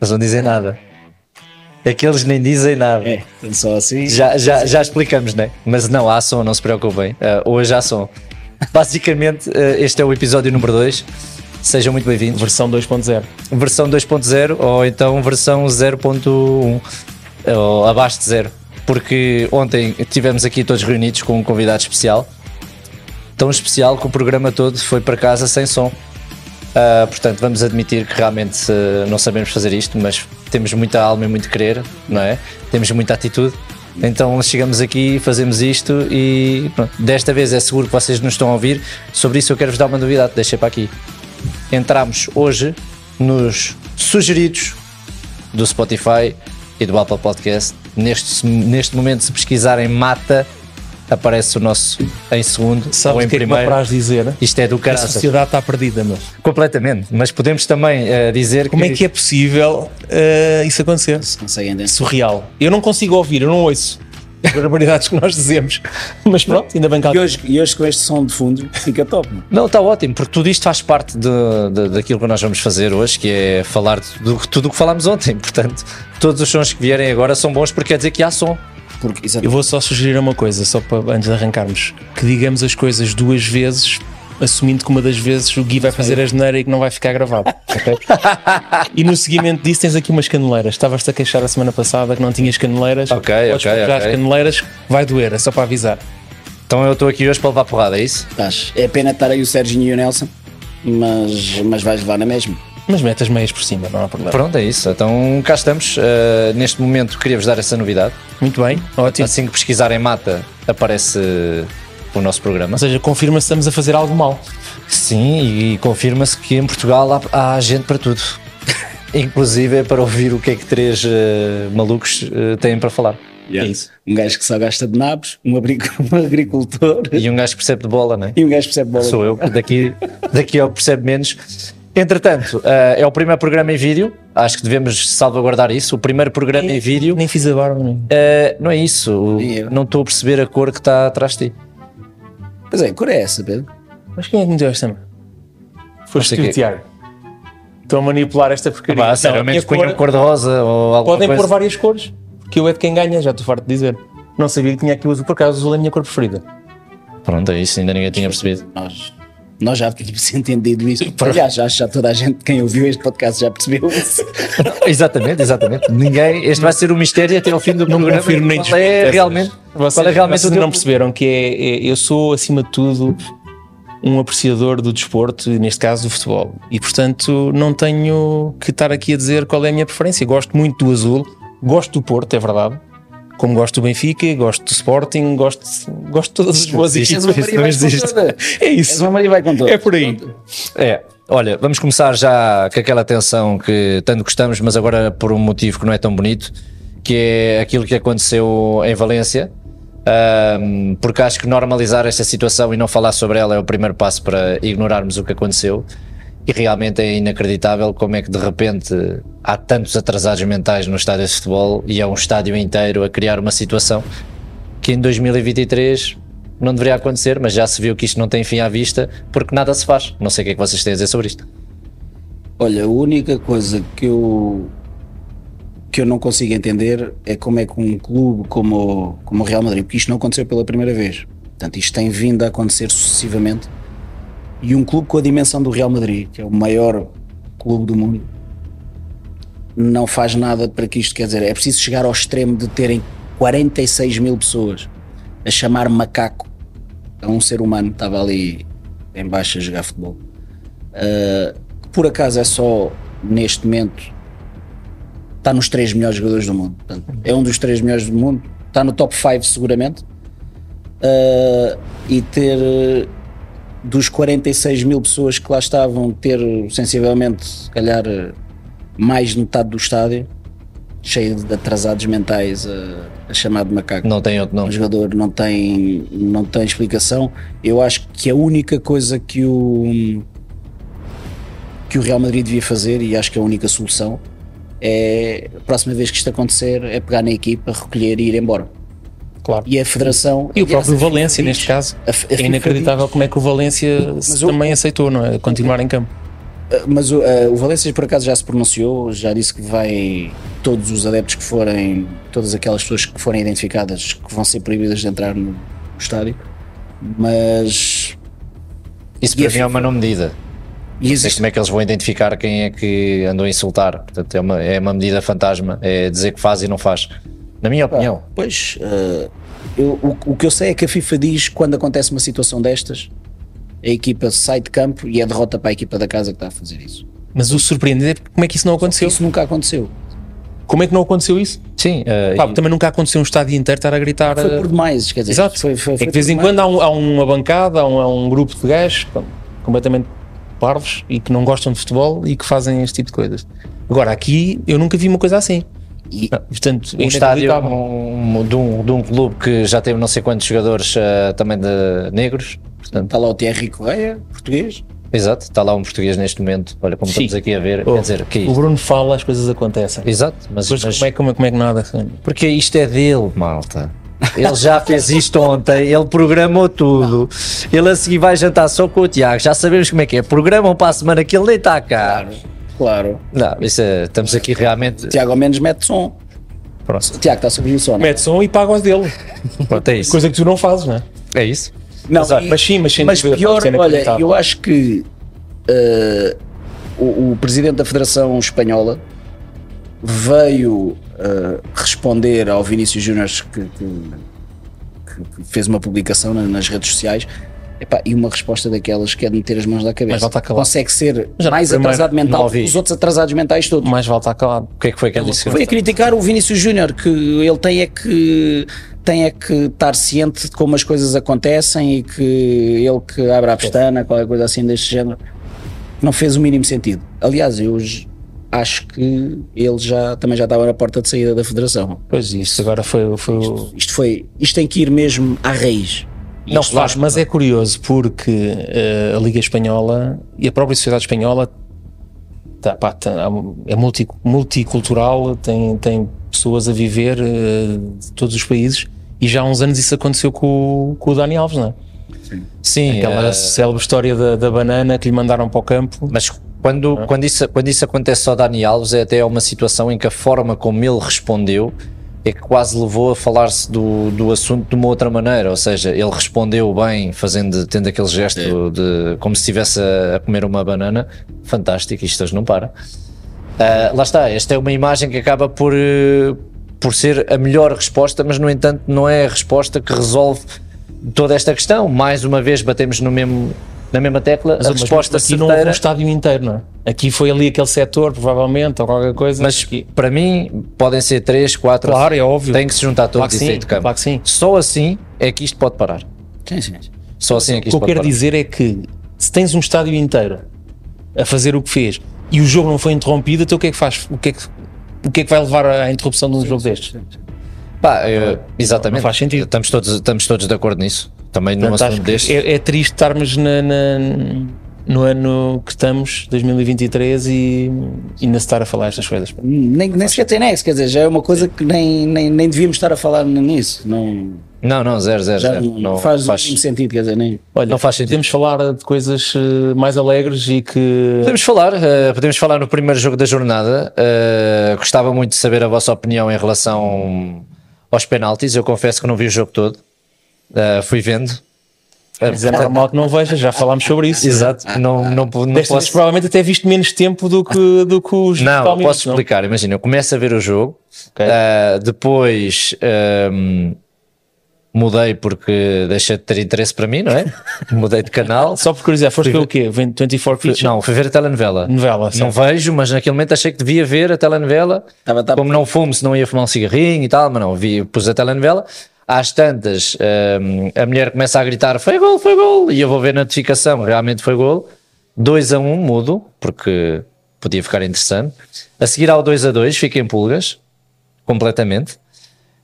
Eles não dizem nada. É que eles nem dizem nada. É, só assim. Já, já, já explicamos, né? Mas não, há som, não se preocupem. Uh, hoje há som. Basicamente, uh, este é o episódio número 2. Sejam muito bem-vindos. Versão 2.0. Versão 2.0 ou então versão 0.1 ou abaixo de zero. Porque ontem tivemos aqui todos reunidos com um convidado especial. Tão especial que o programa todo foi para casa sem som. Uh, portanto, vamos admitir que realmente uh, não sabemos fazer isto, mas temos muita alma e muito querer, não é? Temos muita atitude. Então chegamos aqui, fazemos isto e pronto, desta vez é seguro que vocês nos estão a ouvir. Sobre isso eu quero vos dar uma novidade, deixei para aqui. Entramos hoje nos sugeridos do Spotify e do Apple Podcast. Neste, neste momento, se pesquisarem mata, aparece o nosso em segundo ou Sabes em o que é que me primeiro. apraz dizer? Isto é do A caralho. sociedade está perdida, meu. Completamente, mas podemos também eh, dizer Como é que é possível eh, isso acontecer? Se conseguem dentro. Surreal. Eu não consigo ouvir, eu não ouço as barbaridades que nós dizemos. Mas pronto, ainda bem que E alguém- hoje, e hoje com este som de fundo fica top. é? mano. Não, está ótimo, porque tudo isto faz parte de, de- daquilo que nós vamos fazer hoje, que é falar de do- tudo o que falámos ontem. Portanto, todos os sons que vierem agora são bons porque quer dizer que há som. Porque, Eu exatamente. vou só sugerir uma coisa, só para antes de arrancarmos, que digamos as coisas duas vezes, assumindo que uma das vezes o Gui vai fazer a geneira e que não vai ficar gravado. ok? e no seguimento disso tens aqui umas caneleiras. Estavas-te a queixar a semana passada que não tinhas caneleiras. Ok, Podes ok, procurar ok. as caneleiras, vai doer, é só para avisar. Então eu estou aqui hoje para levar porrada, é isso? Estás. É pena estar aí o Serginho e o Nelson, mas, mas vais levar na mesma. Mas mete as meias por cima, não há problema. Pronto, é isso. Então cá estamos. Eh, neste momento queria-vos dar essa novidade. Muito bem, ótimo. Assim que pesquisarem mata, aparece o nosso programa. Ou seja, confirma-se que estamos a fazer algo mal. Sim, e, e confirma-se que em Portugal há, há gente para tudo. Inclusive é para ouvir o que é que três eh, malucos eh, têm para falar. É isso. Um gajo que só gasta de nabos, um, abrigo- um agricultor E um gajo que percebe de bola, né? e um gajo que percebe bola. Sou eu, que daqui, daqui eu percebo menos. Entretanto, eh, é o primeiro programa em vídeo, acho que devemos salvaguardar isso. O primeiro programa em vídeo. Nem fiz a barba, nem. Eh, não é isso, o- Nem eu. não estou a perceber a cor que está atrás de ti. Pois é, que cor é essa, Pedro? Mas quem é que me deu esta? mano? Foste Não sei tu, quê. Tiago. Estou a manipular esta porcaria. Pá, Não, sinceramente, é a punham cor- cor-de-rosa ou alguma Podem coisa. pôr várias cores, porque eu é de quem ganha, já estou farto de dizer. Não sabia que tinha aqui o azul, por acaso o azul é a minha cor preferida. Pronto, é isso, ainda ninguém tinha percebido. Nós, nós já tínhamos entendido isso. Aliás, acho que já toda a gente, quem ouviu este podcast, já percebeu isso. exatamente, exatamente. Ninguém, este vai ser um mistério até ao fim do programa. confirmo nem qual é desmento realmente, Vocês, qual é realmente vocês o teu... não perceberam que é, é- eu sou, acima de tudo, um apreciador do desporto, e neste caso do futebol. E portanto não tenho que estar aqui a dizer qual é a minha preferência. Gosto muito do azul, gosto do Porto, é verdade. Como gosto do Benfica, gosto do Sporting, gosto, gosto de todas as boas existe, equipas. isso não existe. É És isso. uma Maria vai com toda. É por aí. É, olha, vamos começar já com aquela tensão que tanto gostamos, mas agora por um motivo que não é tão bonito, que é aquilo que aconteceu em Valência. Ahm, porque acho que normalizar esta situação e não falar sobre ela é o primeiro passo para ignorarmos o que aconteceu. E realmente é inacreditável como é que de repente há tantos atrasados mentais no estádio de futebol e é um estádio inteiro a criar uma situação que em 2023 não deveria acontecer, mas já se viu que isto não tem fim à vista porque nada se faz. Não sei o que é que vocês têm a dizer sobre isto. Olha, a única coisa que eu que eu não consigo entender é como é que um clube como, o- como o Real Madrid, porque isto não aconteceu pela primeira vez. Portanto, isto tem vindo a acontecer sucessivamente. E um clube com a dimensão do Real Madrid, que é o maior clube do mundo, não faz nada para que isto quer dizer. É preciso chegar ao extremo de terem 46 mil pessoas a chamar macaco a um ser humano que estava ali em baixo a jogar futebol que por acaso é só neste momento está nos três melhores jogadores do mundo. Portanto, é um dos três melhores do mundo, está no top 5 seguramente. Uh, e ter uh, dos 46 mil pessoas que lá estavam, ter sensivelmente, se calhar, uh, mais de metade do estádio cheio de atrasados mentais uh, a chamar de macaco Não tem outro um nome. jogador não tem, não tem explicação. Eu acho que é a única coisa que o que o Real Madrid devia fazer, e acho que é a única solução, é a próxima vez que isto acontecer é pegar na equipa, recolher e ir embora. Claro. E a Federação. E o aliás, próprio a FIFA Valência, diz- neste caso. a F- a É FIFA inacreditável como é que o Valência se o- também aceitou, não é? Continuar em campo. diz- Mas o, eh, o Valência por acaso já se pronunciou, já disse que vai todos os adeptos que forem, todas aquelas pessoas que forem identificadas que vão ser proibidas de entrar no estádio, mas Isso E para a mim é uma não medida. Não e sei existe, como é que eles vão identificar quem é que andou a insultar. Portanto, é uma, é uma medida fantasma. É dizer que faz e não faz. Na minha opinião. pois eh, eu- o, o que eu sei é que a FIFA diz quando acontece uma situação destas, a equipa sai de campo e é derrota para a equipa da casa que está a fazer isso. Mas o surpreendente é como é que isso não aconteceu. Isso nunca aconteceu. Como é que não aconteceu isso? Sim. eh, Pá, também nunca aconteceu um estádio inteiro estar a gritar. Foi eh, por demais, quer dizer, Exato. foi, foi- é que foi de vez por em demais. quando há, um- há uma bancada, há um, há um grupo de gajos pá, completamente parvos e que não gostam de futebol e que fazem este tipo de coisas. Agora, aqui eu nunca vi uma coisa assim. E- Pá, Portanto, é um estádio inacreditável. um- de, um, de um clube que já teve não sei quantos jogadores eh, também de negros. Portanto, Está lá o Thierry Correia, português. exato, está lá um português neste momento. Olha, como Sim. estamos aqui a ver, Oh, quer dizer, que é O Bruno fala, as coisas acontecem. Exato, mas, Depois, mas- como, é, como, é, como é que nada? porque isto é dele, malta. Ele já fez isto ontem, ele programou tudo. Ele a seguir vai jantar só com o Tiago, já sabemos como é que é. Programam para a semana que ele nem está cá. Claro. Não, isso é- estamos aqui realmente. Tiago ao menos mete som. Pronto, Tiago está sobre o som. Não, é? Mete som e paga os dele. pronto, é isso. Coisa que tu não fazes, não é? É isso. não Exato, e- Mas sim, mas, sem mas dúvida, pior, pode ser olha, inacreditável. eu acho que eh, o, o presidente da Federação Espanhola veio eh, responder ao Vinícius Júnior que, que- que- que fez uma publicação na- nas redes sociais. Epá, e uma resposta daquelas que é de meter as mãos na Mas cabeça. ele está calado. Consegue ser Mas já mais primeiro, atrasado não mental que ouvi. os outros atrasados mentais todos. Mais vale estar calado. O que é que foi que ele disse? Foi a criticar o Vinícius Júnior, que ele tem é que tem é que estar ciente de como as coisas acontecem e que ele que abre a pestana, qualquer coisa assim deste género, não fez o mínimo sentido. Aliás, eu j- acho que ele já também já estava na porta de saída da federação. Pois isso, agora foi, foi o- Isto foi, isto tem que ir mesmo à raiz. Não, Isto claro, faz- mas é curioso porque eh, a Liga Espanhola e a própria sociedade espanhola tá, pá, tá, é multi- multicultural, tem, tem pessoas a viver eh, de todos os países e já há uns anos isso aconteceu com, o- com o Dani Alves, não é? Sim, Aquela eh, célebre história da, da banana que lhe mandaram para o campo. Mas quando, Ah. quando, isso, quando isso acontece só a Dani Alves, é até uma situação em que a forma como ele respondeu é que quase levou a falar-se do, do assunto de uma outra maneira. Ou seja, ele respondeu bem, fazendo, tendo aquele gesto É. de como se estivesse a, a comer uma banana. Fantástico, isto hoje não para. Ah, lá está, esta é uma imagem que acaba por, eh, por ser a melhor resposta, mas no entanto não é a resposta que resolve toda esta questão. Mais uma vez batemos no mesmo, na mesma tecla, Mas a resposta aqui não houve um certeira. estádio inteiro, não é? Aqui foi ali aquele setor, provavelmente, ou qualquer coisa. Mas aqui- para mim podem ser 3, 4, claro, é óbvio. tem que se juntar claro todos que e sair sim, de campo. claro que sim. Só assim é que isto pode parar. Sim, sim. Só assim é que O que isto eu pode quero parar. dizer é que se tens um estádio inteiro a fazer o que fez e o jogo não foi interrompido, então o que é que faz? O que é que, o que, é que vai levar à interrupção de um jogo destes? Pá, eu- exatamente. não faz sentido. Estamos todos, estamos todos de acordo nisso. Também num Portanto, acho assunto que deste. é, é triste estarmos na- na- no ano que estamos, 2023, e ainda se estar a falar estas coisas. Nem, nem sequer tem nexo, quer dizer, já é uma coisa que nem, nem, nem devíamos estar a falar nisso. Não, Não, não, zero, zero, já zero. não Não faz, um- o mínimo sentido, quer dizer, nem. Olha, Não faz sentido. podemos falar de coisas eh, mais alegres e que Podemos falar, eh, podemos falar no primeiro jogo da jornada. Eh, gostava muito de saber a vossa opinião em relação aos penaltis. Eu confesso que não vi o jogo todo. Eh, fui vendo. Eh, é normal que não veja, já falámos sobre isso. Exato. Não, não, não, Desta vez, posso provavelmente até viste menos tempo do que, do que os Não, eu posso tal um minuto, não? explicar. Imagina, eu começo a ver o jogo, Ok. ah, depois ahm, mudei porque deixa de ter interesse para mim, não é? Mudei de canal. Só um por curiosidade, foste ver o quê? Vem 24 Pitch? Não, fui ver a telenovela. Novela, Não certo. vejo, mas naquele momento achei que devia ver a telenovela. Tava- tava- Como não fumo, se não ia fumar um cigarrinho e tal, mas não, vi, pus a telenovela. Às tantas, ahm, a mulher começa a gritar: foi gol, foi gol! E eu vou ver a notificação, realmente foi gol. 2 a 1, mudo, porque podia ficar interessante. A seguir ao 2 a 2, fico em pulgas, completamente.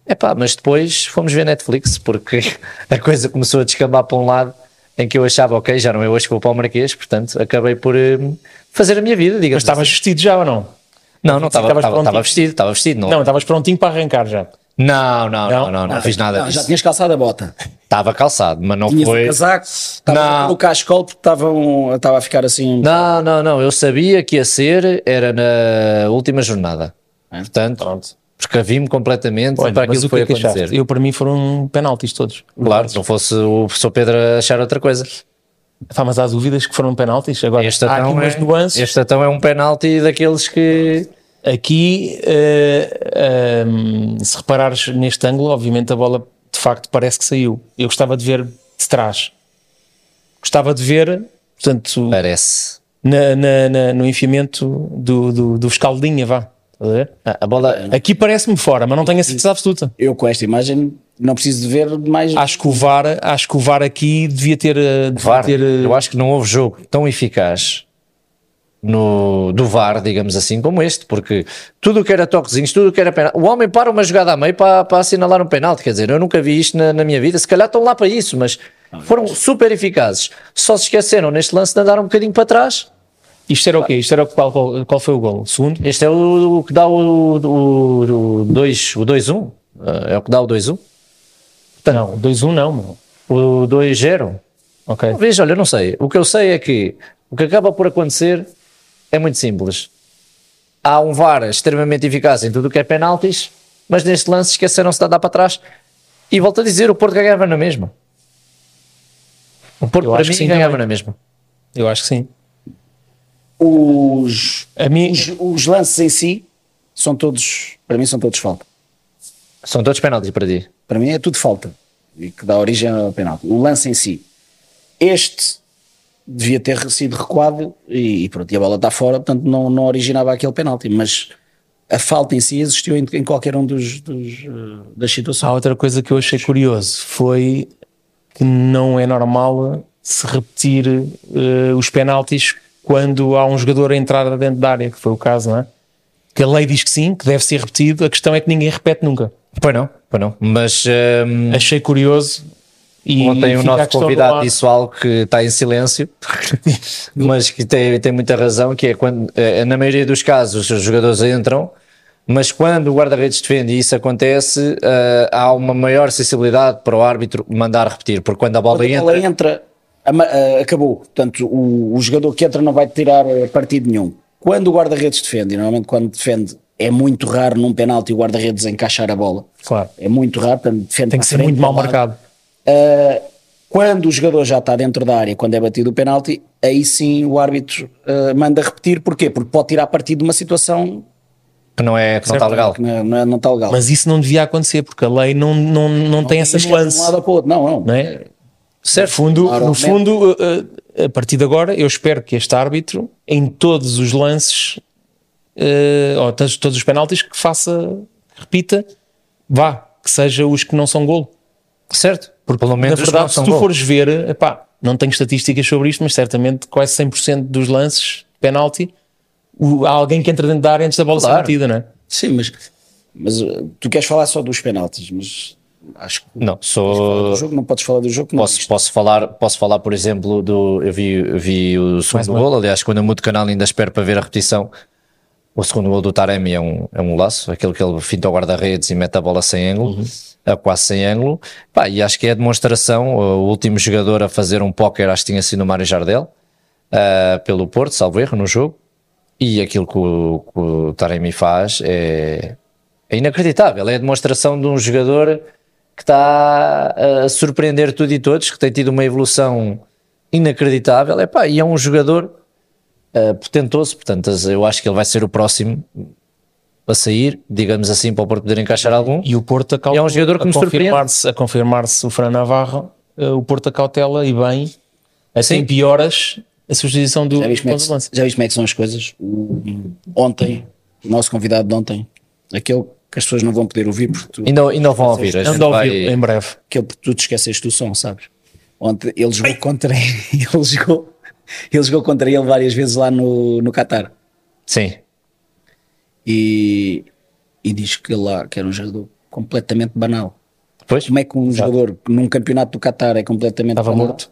Epá, mas depois fomos ver Netflix porque a coisa começou a descambar para um lado em que eu achava, ok, já não é hoje que vou para o Marquês, portanto acabei por hum, fazer a minha vida, digamos. assim. Mas estavas vestido já ou não? Não, não estava, estavas estava, prontinho. estava vestido, estava vestido, não. Não, estavas prontinho para arrancar já. Não, não, não, Não? não, não, fiz nada Não, Ah, já disso. tinhas calçado a bota. Estava calçado, mas não Tinhas foi. o casaco, Não. estava no cascol porque estavam- estava a ficar assim. Não, não, não. Eu sabia que ia ser, era na última jornada. Portanto, É? Pronto. precavi-me completamente Olha, para mas aquilo que o que foi é que acontecer. achaste? Eu, para mim, foram penaltis todos. Claro, se não fosse o Sr. Pedro a achar outra coisa. Pá, Tá, mas há dúvidas que foram penaltis. Agora, Este há aqui então, umas é, nuances. este então é um penalti daqueles que. Aqui, eh, ehm, se reparares neste ângulo, obviamente a bola de facto parece que saiu. Eu gostava de ver de trás. Gostava de ver, portanto, Parece. na- na- na- no enfiamento do, do, do escaldinha, vá. Estás a ver? A, a bola. Aqui parece-me fora, mas não tenho a certeza absoluta. Eu com esta imagem não preciso de ver mais. Ah. Acho que o VAR, acho que o VAR aqui devia ter. eh, devia VAR, ter, eh, eu acho que não houve jogo tão eficaz no, do VAR, digamos assim, como este, porque tudo o que era toquezinhos, tudo o que era penalti. O homem para uma jogada a meio para, para assinalar um penalti, quer dizer, eu nunca vi isto na, na minha vida. Se calhar estão lá para isso, mas foram super eficazes. Só se esqueceram neste lance de andar um bocadinho para trás. Isto era o quê? Isto era o- qual, qual, qual foi o gol? O segundo? Este é o, o que dá o 2-1. O, dois- o 2-1, eh, é o que dá o 2-1. Não, 2-1 não, meu. O 2-0. Ok. Veja, olha, eu não sei. O que eu sei é que o que acaba por acontecer é muito simples. Há um VAR extremamente eficaz em tudo o que é penaltis, mas neste lance esqueceram-se de andar para trás. E volto a dizer, o Porto ganhava na mesma. O Porto, Eu para acho mim, que sim ganhava também. na mesma. é Eu acho que sim. Os, A mim, os, os lances em si são todos, para mim, são todos falta. São todos penaltis para ti. Para mim é tudo falta e que dá origem ao penalti. O lance em si, este devia ter sido recuado e, e pronto, e a bola está fora, portanto não, não originava aquele penalti, mas a falta em si existiu em, em qualquer um dos, dos, eh, das situações. Há outra coisa que eu achei curioso foi que não é normal se repetir eh, os penaltis quando há um jogador a entrar dentro da área, que foi o caso, não é? Que a lei diz que sim, que deve ser repetido, a questão é que ninguém repete nunca. Pois não, pois não. Mas hum, Achei curioso e ontem o fica a nosso questão no convidado ar. disse algo que está em silêncio, mas que tem, tem muita razão, que é quando, eh, na maioria dos casos, os jogadores entram, mas quando o guarda-redes defende e isso acontece, eh, há uma maior sensibilidade para o árbitro mandar repetir, porque quando a bola Quando tipo, a bola entra, entra, ama- ah, acabou. Portanto, o, o jogador que entra não vai tirar eh, partido nenhum. Quando o guarda-redes defende, e normalmente quando defende, é muito raro num penalti o guarda-redes encaixar a bola. Claro, É muito raro, portanto, defende tem à que ser frente, muito mal ao lado. marcado. Quando o jogador já está dentro da área, quando é batido o penalti, aí sim o árbitro eh, manda repetir. Porquê? Porque pode tirar partido de uma situação que não, é, que não Certo. está legal. que não, não, é- não está legal. Mas isso não devia acontecer, porque a lei não, não, não, tem essa Isca de nuance. Um lado ou para o outro. Não, não. não é? No fundo, no Claramente. fundo eh, eh, a partir de agora, eu espero que este árbitro, em todos os lances, eh, ou todos, todos os penaltis, que faça, que repita, vá, que seja os que não são golo. Certo? Porque pelo Na menos os verdade, que se não tu são gol. fores ver, epá, não tenho estatísticas sobre isto, mas certamente quase 100% dos lances, penalti, o- há alguém que entra dentro da área antes da bola Claro. ser batida, não é? Sim, mas, mas eh, tu queres falar só dos penaltis, mas acho que Não, do sou, jogo, não podes falar do jogo, não. Posso, posso, falar, posso falar, por exemplo, do. Eu vi, eu vi o segundo gol. Aliás, quando eu mudo de canal, ainda espero para ver a repetição. O segundo gol do Taremi é um, é um laço, aquele que ele finta o guarda-redes e mete a bola sem ângulo, a quase sem ângulo. Pá, e acho que é a demonstração. O último jogador a fazer um póquer, acho que tinha sido o Mário Jardel, ah, pelo Porto, salvo erro, no jogo. E aquilo que o, que o Taremi faz é, é inacreditável. É a demonstração de um jogador que está a surpreender tudo e todos, que tem tido uma evolução inacreditável. Epá, e é um jogador eh, potentoso, portanto, eu acho que ele vai ser o próximo a sair, digamos assim, para o Porto poder encaixar algum. E o Porto acautela. É um jogador que a me surpreende. confirmar-se, A confirmar-se o Fran Navarro, eh, o Porto acautela e bem, até Sim. em pioras a substituição do Já viste, como é ponto de que, lança. já viste como é que são as coisas? O- ontem, o nosso convidado de ontem, aquele que as pessoas não vão poder ouvir porque tu, E não, e não vão ouvir. A Não gente dá vai- ouvido, É um em breve. aquele porque tu te esqueceste do som, sabes? Ontem ele jogou contra ele jogou, ele jogou contra ele várias vezes lá no, no Qatar Sim, e, e diz que ele lá que era um jogador completamente banal. pois. Como é que um jogador que num campeonato do Qatar é completamente Estava banal? morto.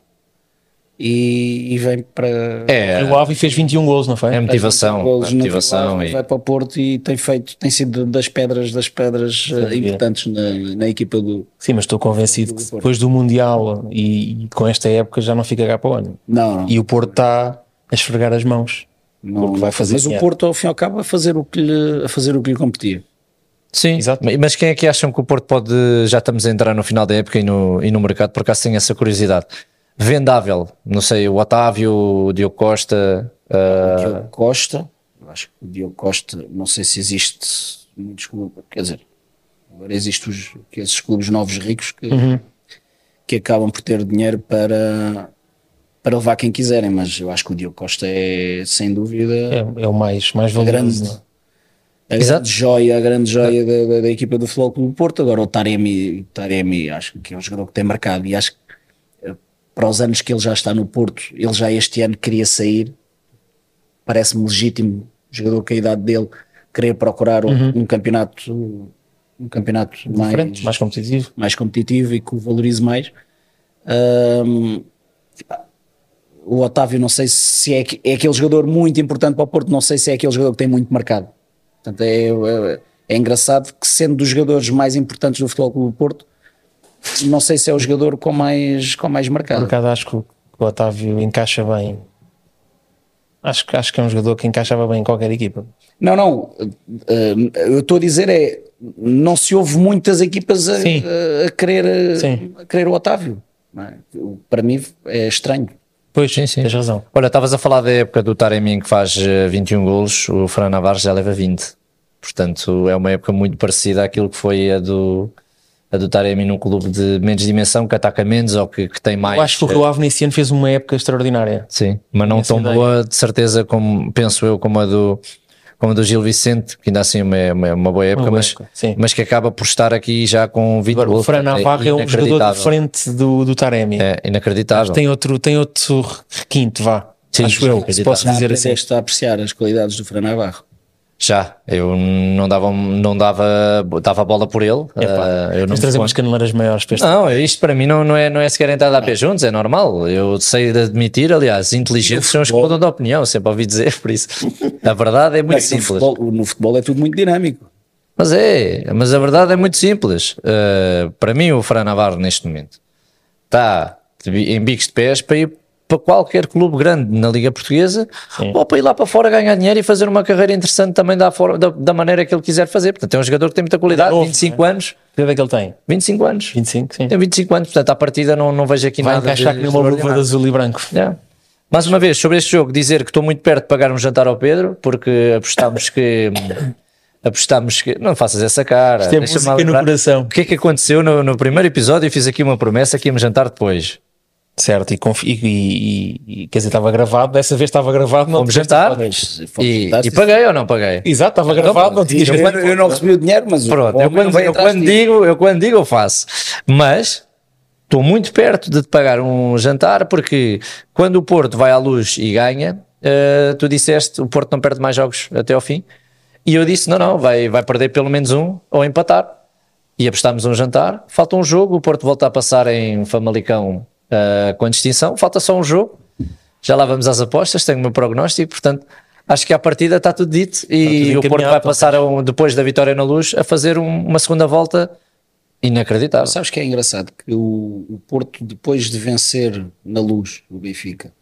e, e vem para. É, O Alvin fez 21 gols, não foi? é motivação. golos é na motivação Portugal, e vai para o Porto e tem feito, tem sido das pedras, das pedras eh, dúvida. importantes na, na equipa do. Sim, mas estou convencido que depois do Mundial e, e com esta época já não fica cá para o ano. Não, E o Porto está a esfregar as mãos. não, Porto vai não- fazer Mas o dinheiro. Porto, ao fim e ao cabo, a fazer o que lhe, a fazer o que lhe competia. Sim, Exato. Ma- mas quem é que acham que o Porto pode. Já estamos a entrar no final da época e no, e no mercado, por acaso tenho essa curiosidade. Vendável, não sei, o Otávio, o Diogo Costa. ah, Diogo Costa, eu acho que o Diogo Costa, não sei se existe muitos clubes, quer dizer, agora existem os, que esses clubes novos ricos que, que acabam por ter dinheiro para, para levar quem quiserem, mas eu acho que o Diogo Costa é, sem dúvida, É, é o mais, mais a grande, valioso. é? a Exato. grande joia, a grande joia da, da- da equipa do Futebol Clube do Porto. Agora o Taremi, o Taremi, acho que é um jogador que tem marcado e acho que eh, para os anos que ele já está no Porto, ele já este ano queria sair, parece-me legítimo, jogador com a idade dele, querer procurar um- um campeonato, um campeonato Diferente, mais, mais competitivo. mais competitivo e que o valorize mais. Ahm, pá, o Otávio, não sei se é, que- é aquele jogador muito importante para o Porto, não sei se é aquele jogador que tem muito marcado. Portanto, é, é- é engraçado que, sendo dos jogadores mais importantes do Futebol Clube do Porto, não sei se é o jogador com mais, com mais Por marcado. acaso acho que o- que o Otávio encaixa bem. Acho, que- acho que é um jogador que encaixava bem em qualquer equipa. Não, não, eh, eh, eu estou a dizer é. Não se houve muitas equipas a, Sim. a- a querer, Sim. a querer o Otávio. não é? O- Para mim é estranho. Pois, sim, sim. tens razão. Olha, estavas a falar da época do Taremi que faz eh, 21 golos, o Fran Navarro já leva 20. Portanto, é uma época muito parecida àquilo que foi a do, a do Taremi num clube de menos dimensão, que ataca menos ou que, que tem mais. Eu acho que o eh, Rio Ave nesse ano fez uma época extraordinária. Sim, mas não Essa tão ideia. boa, de certeza, como penso eu, como a do, como a do Gil Vicente, que ainda assim é uma, é uma, uma boa época, boa mas, época, sim. mas que acaba por estar aqui já com 20 Agora, o golos. Fran Navarro é um jogador inacreditável. diferente do, do Taremi. É inacreditável. Tem, outro, tem outro requinte, vá. Sim, acho eu, se acreditável. posso Já dizer assim. aprendeste a apreciar as qualidades do Fran Navarro. Já, eu não dava, não dava, dava a bola por ele. ah, eu não É, Mas me trazemos caneleiras maiores para este Não, isto para mim não, não, é, não é sequer entrar Ah. a pé juntos, é normal. Eu sei de admitir, aliás, inteligentes são os que mudam de opinião, sempre ouvi dizer, por isso. A verdade é muito É que no, simples. futebol, no futebol é tudo muito dinâmico. Mas é, mas a verdade é muito simples. Uh, para mim, o Fran Navarro, neste momento, está de bi- em bicos de pés para ir para qualquer clube grande na Liga Portuguesa ou para ir lá para fora ganhar dinheiro e fazer uma carreira interessante também da, for- da, da maneira que ele quiser fazer. Portanto, é um jogador que tem muita qualidade, Novo, 25 anos. Que idade é que ele tem? 25 anos. 25, sim. Tem 25 anos, portanto, à partida não, não vejo aqui Vai nada. encaixar de que nem uma luva extraordinário. de azul e branco. Yeah. É. Mais uma vez, sobre este jogo, dizer que estou muito perto de pagar um jantar ao Pedro, porque apostámos que. apostámos que. Não faças essa cara. Isto é deixa-me música no lembrar. coração. O que é que aconteceu no, no primeiro episódio? Eu fiz aqui uma promessa que íamos jantar depois. Certo, e, conf- e- e- e- quer dizer, estava gravado, dessa vez estava gravado, não Fomos tinhas- jantar Mas, Ah, e, fantástico. e paguei ou não paguei? Exato, estava gravado, não tinhas eu, eu não recebi o dinheiro, mas o Pronto, homem eu quando, não vem eu, atrás quando de ti. digo, eu quando digo, eu faço. Mas estou muito perto de te pagar um jantar, porque quando o Porto vai à luz e ganha, eh, tu disseste o Porto não perde mais jogos até ao fim. E eu disse: não, não, vai, vai perder pelo menos um ou empatar. E apostámos um jantar. Falta um jogo, o Porto volta a passar em Famalicão eh, com distinção. Falta só um jogo. Já lá vamos às apostas, tenho o meu prognóstico, portanto. Acho que à partida está tudo dito e tudo o Porto encaminhado, vai passar a um- depois da vitória na luz a fazer um- uma segunda volta inacreditável. Sabes que é engraçado que o, o Porto, depois de vencer na luz o Benfica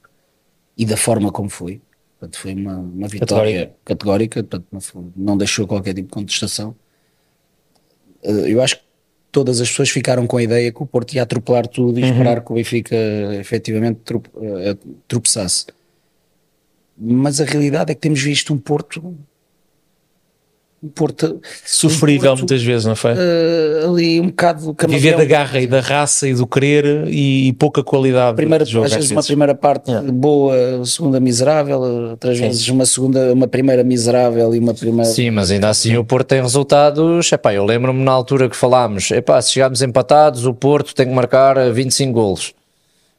e da forma como foi, portanto, foi uma, uma vitória categórica, portanto, não, foi- não deixou qualquer tipo de contestação. Eh, Eu acho que todas as pessoas ficaram com a ideia que o Porto ia atropelar tudo e Uhum. esperar que o Benfica efetivamente trope- eh, tropeçasse. Mas a realidade é que temos visto um Porto. Um Porto sofrível um Porto, muitas vezes, não foi? eh, ali um bocado Ah, Viver camaleão. da garra e da raça e do querer e, e pouca qualidade primeira, de jogo. É às vezes às uma vezes. primeira parte boa, segunda miserável, outras vezes uma segunda, uma primeira miserável e uma primeira. Sim, mas ainda assim o Porto tem resultados. Epá, eu lembro-me na altura que falámos: epá, se chegarmos empatados, o Porto tem que marcar eh, 25 golos.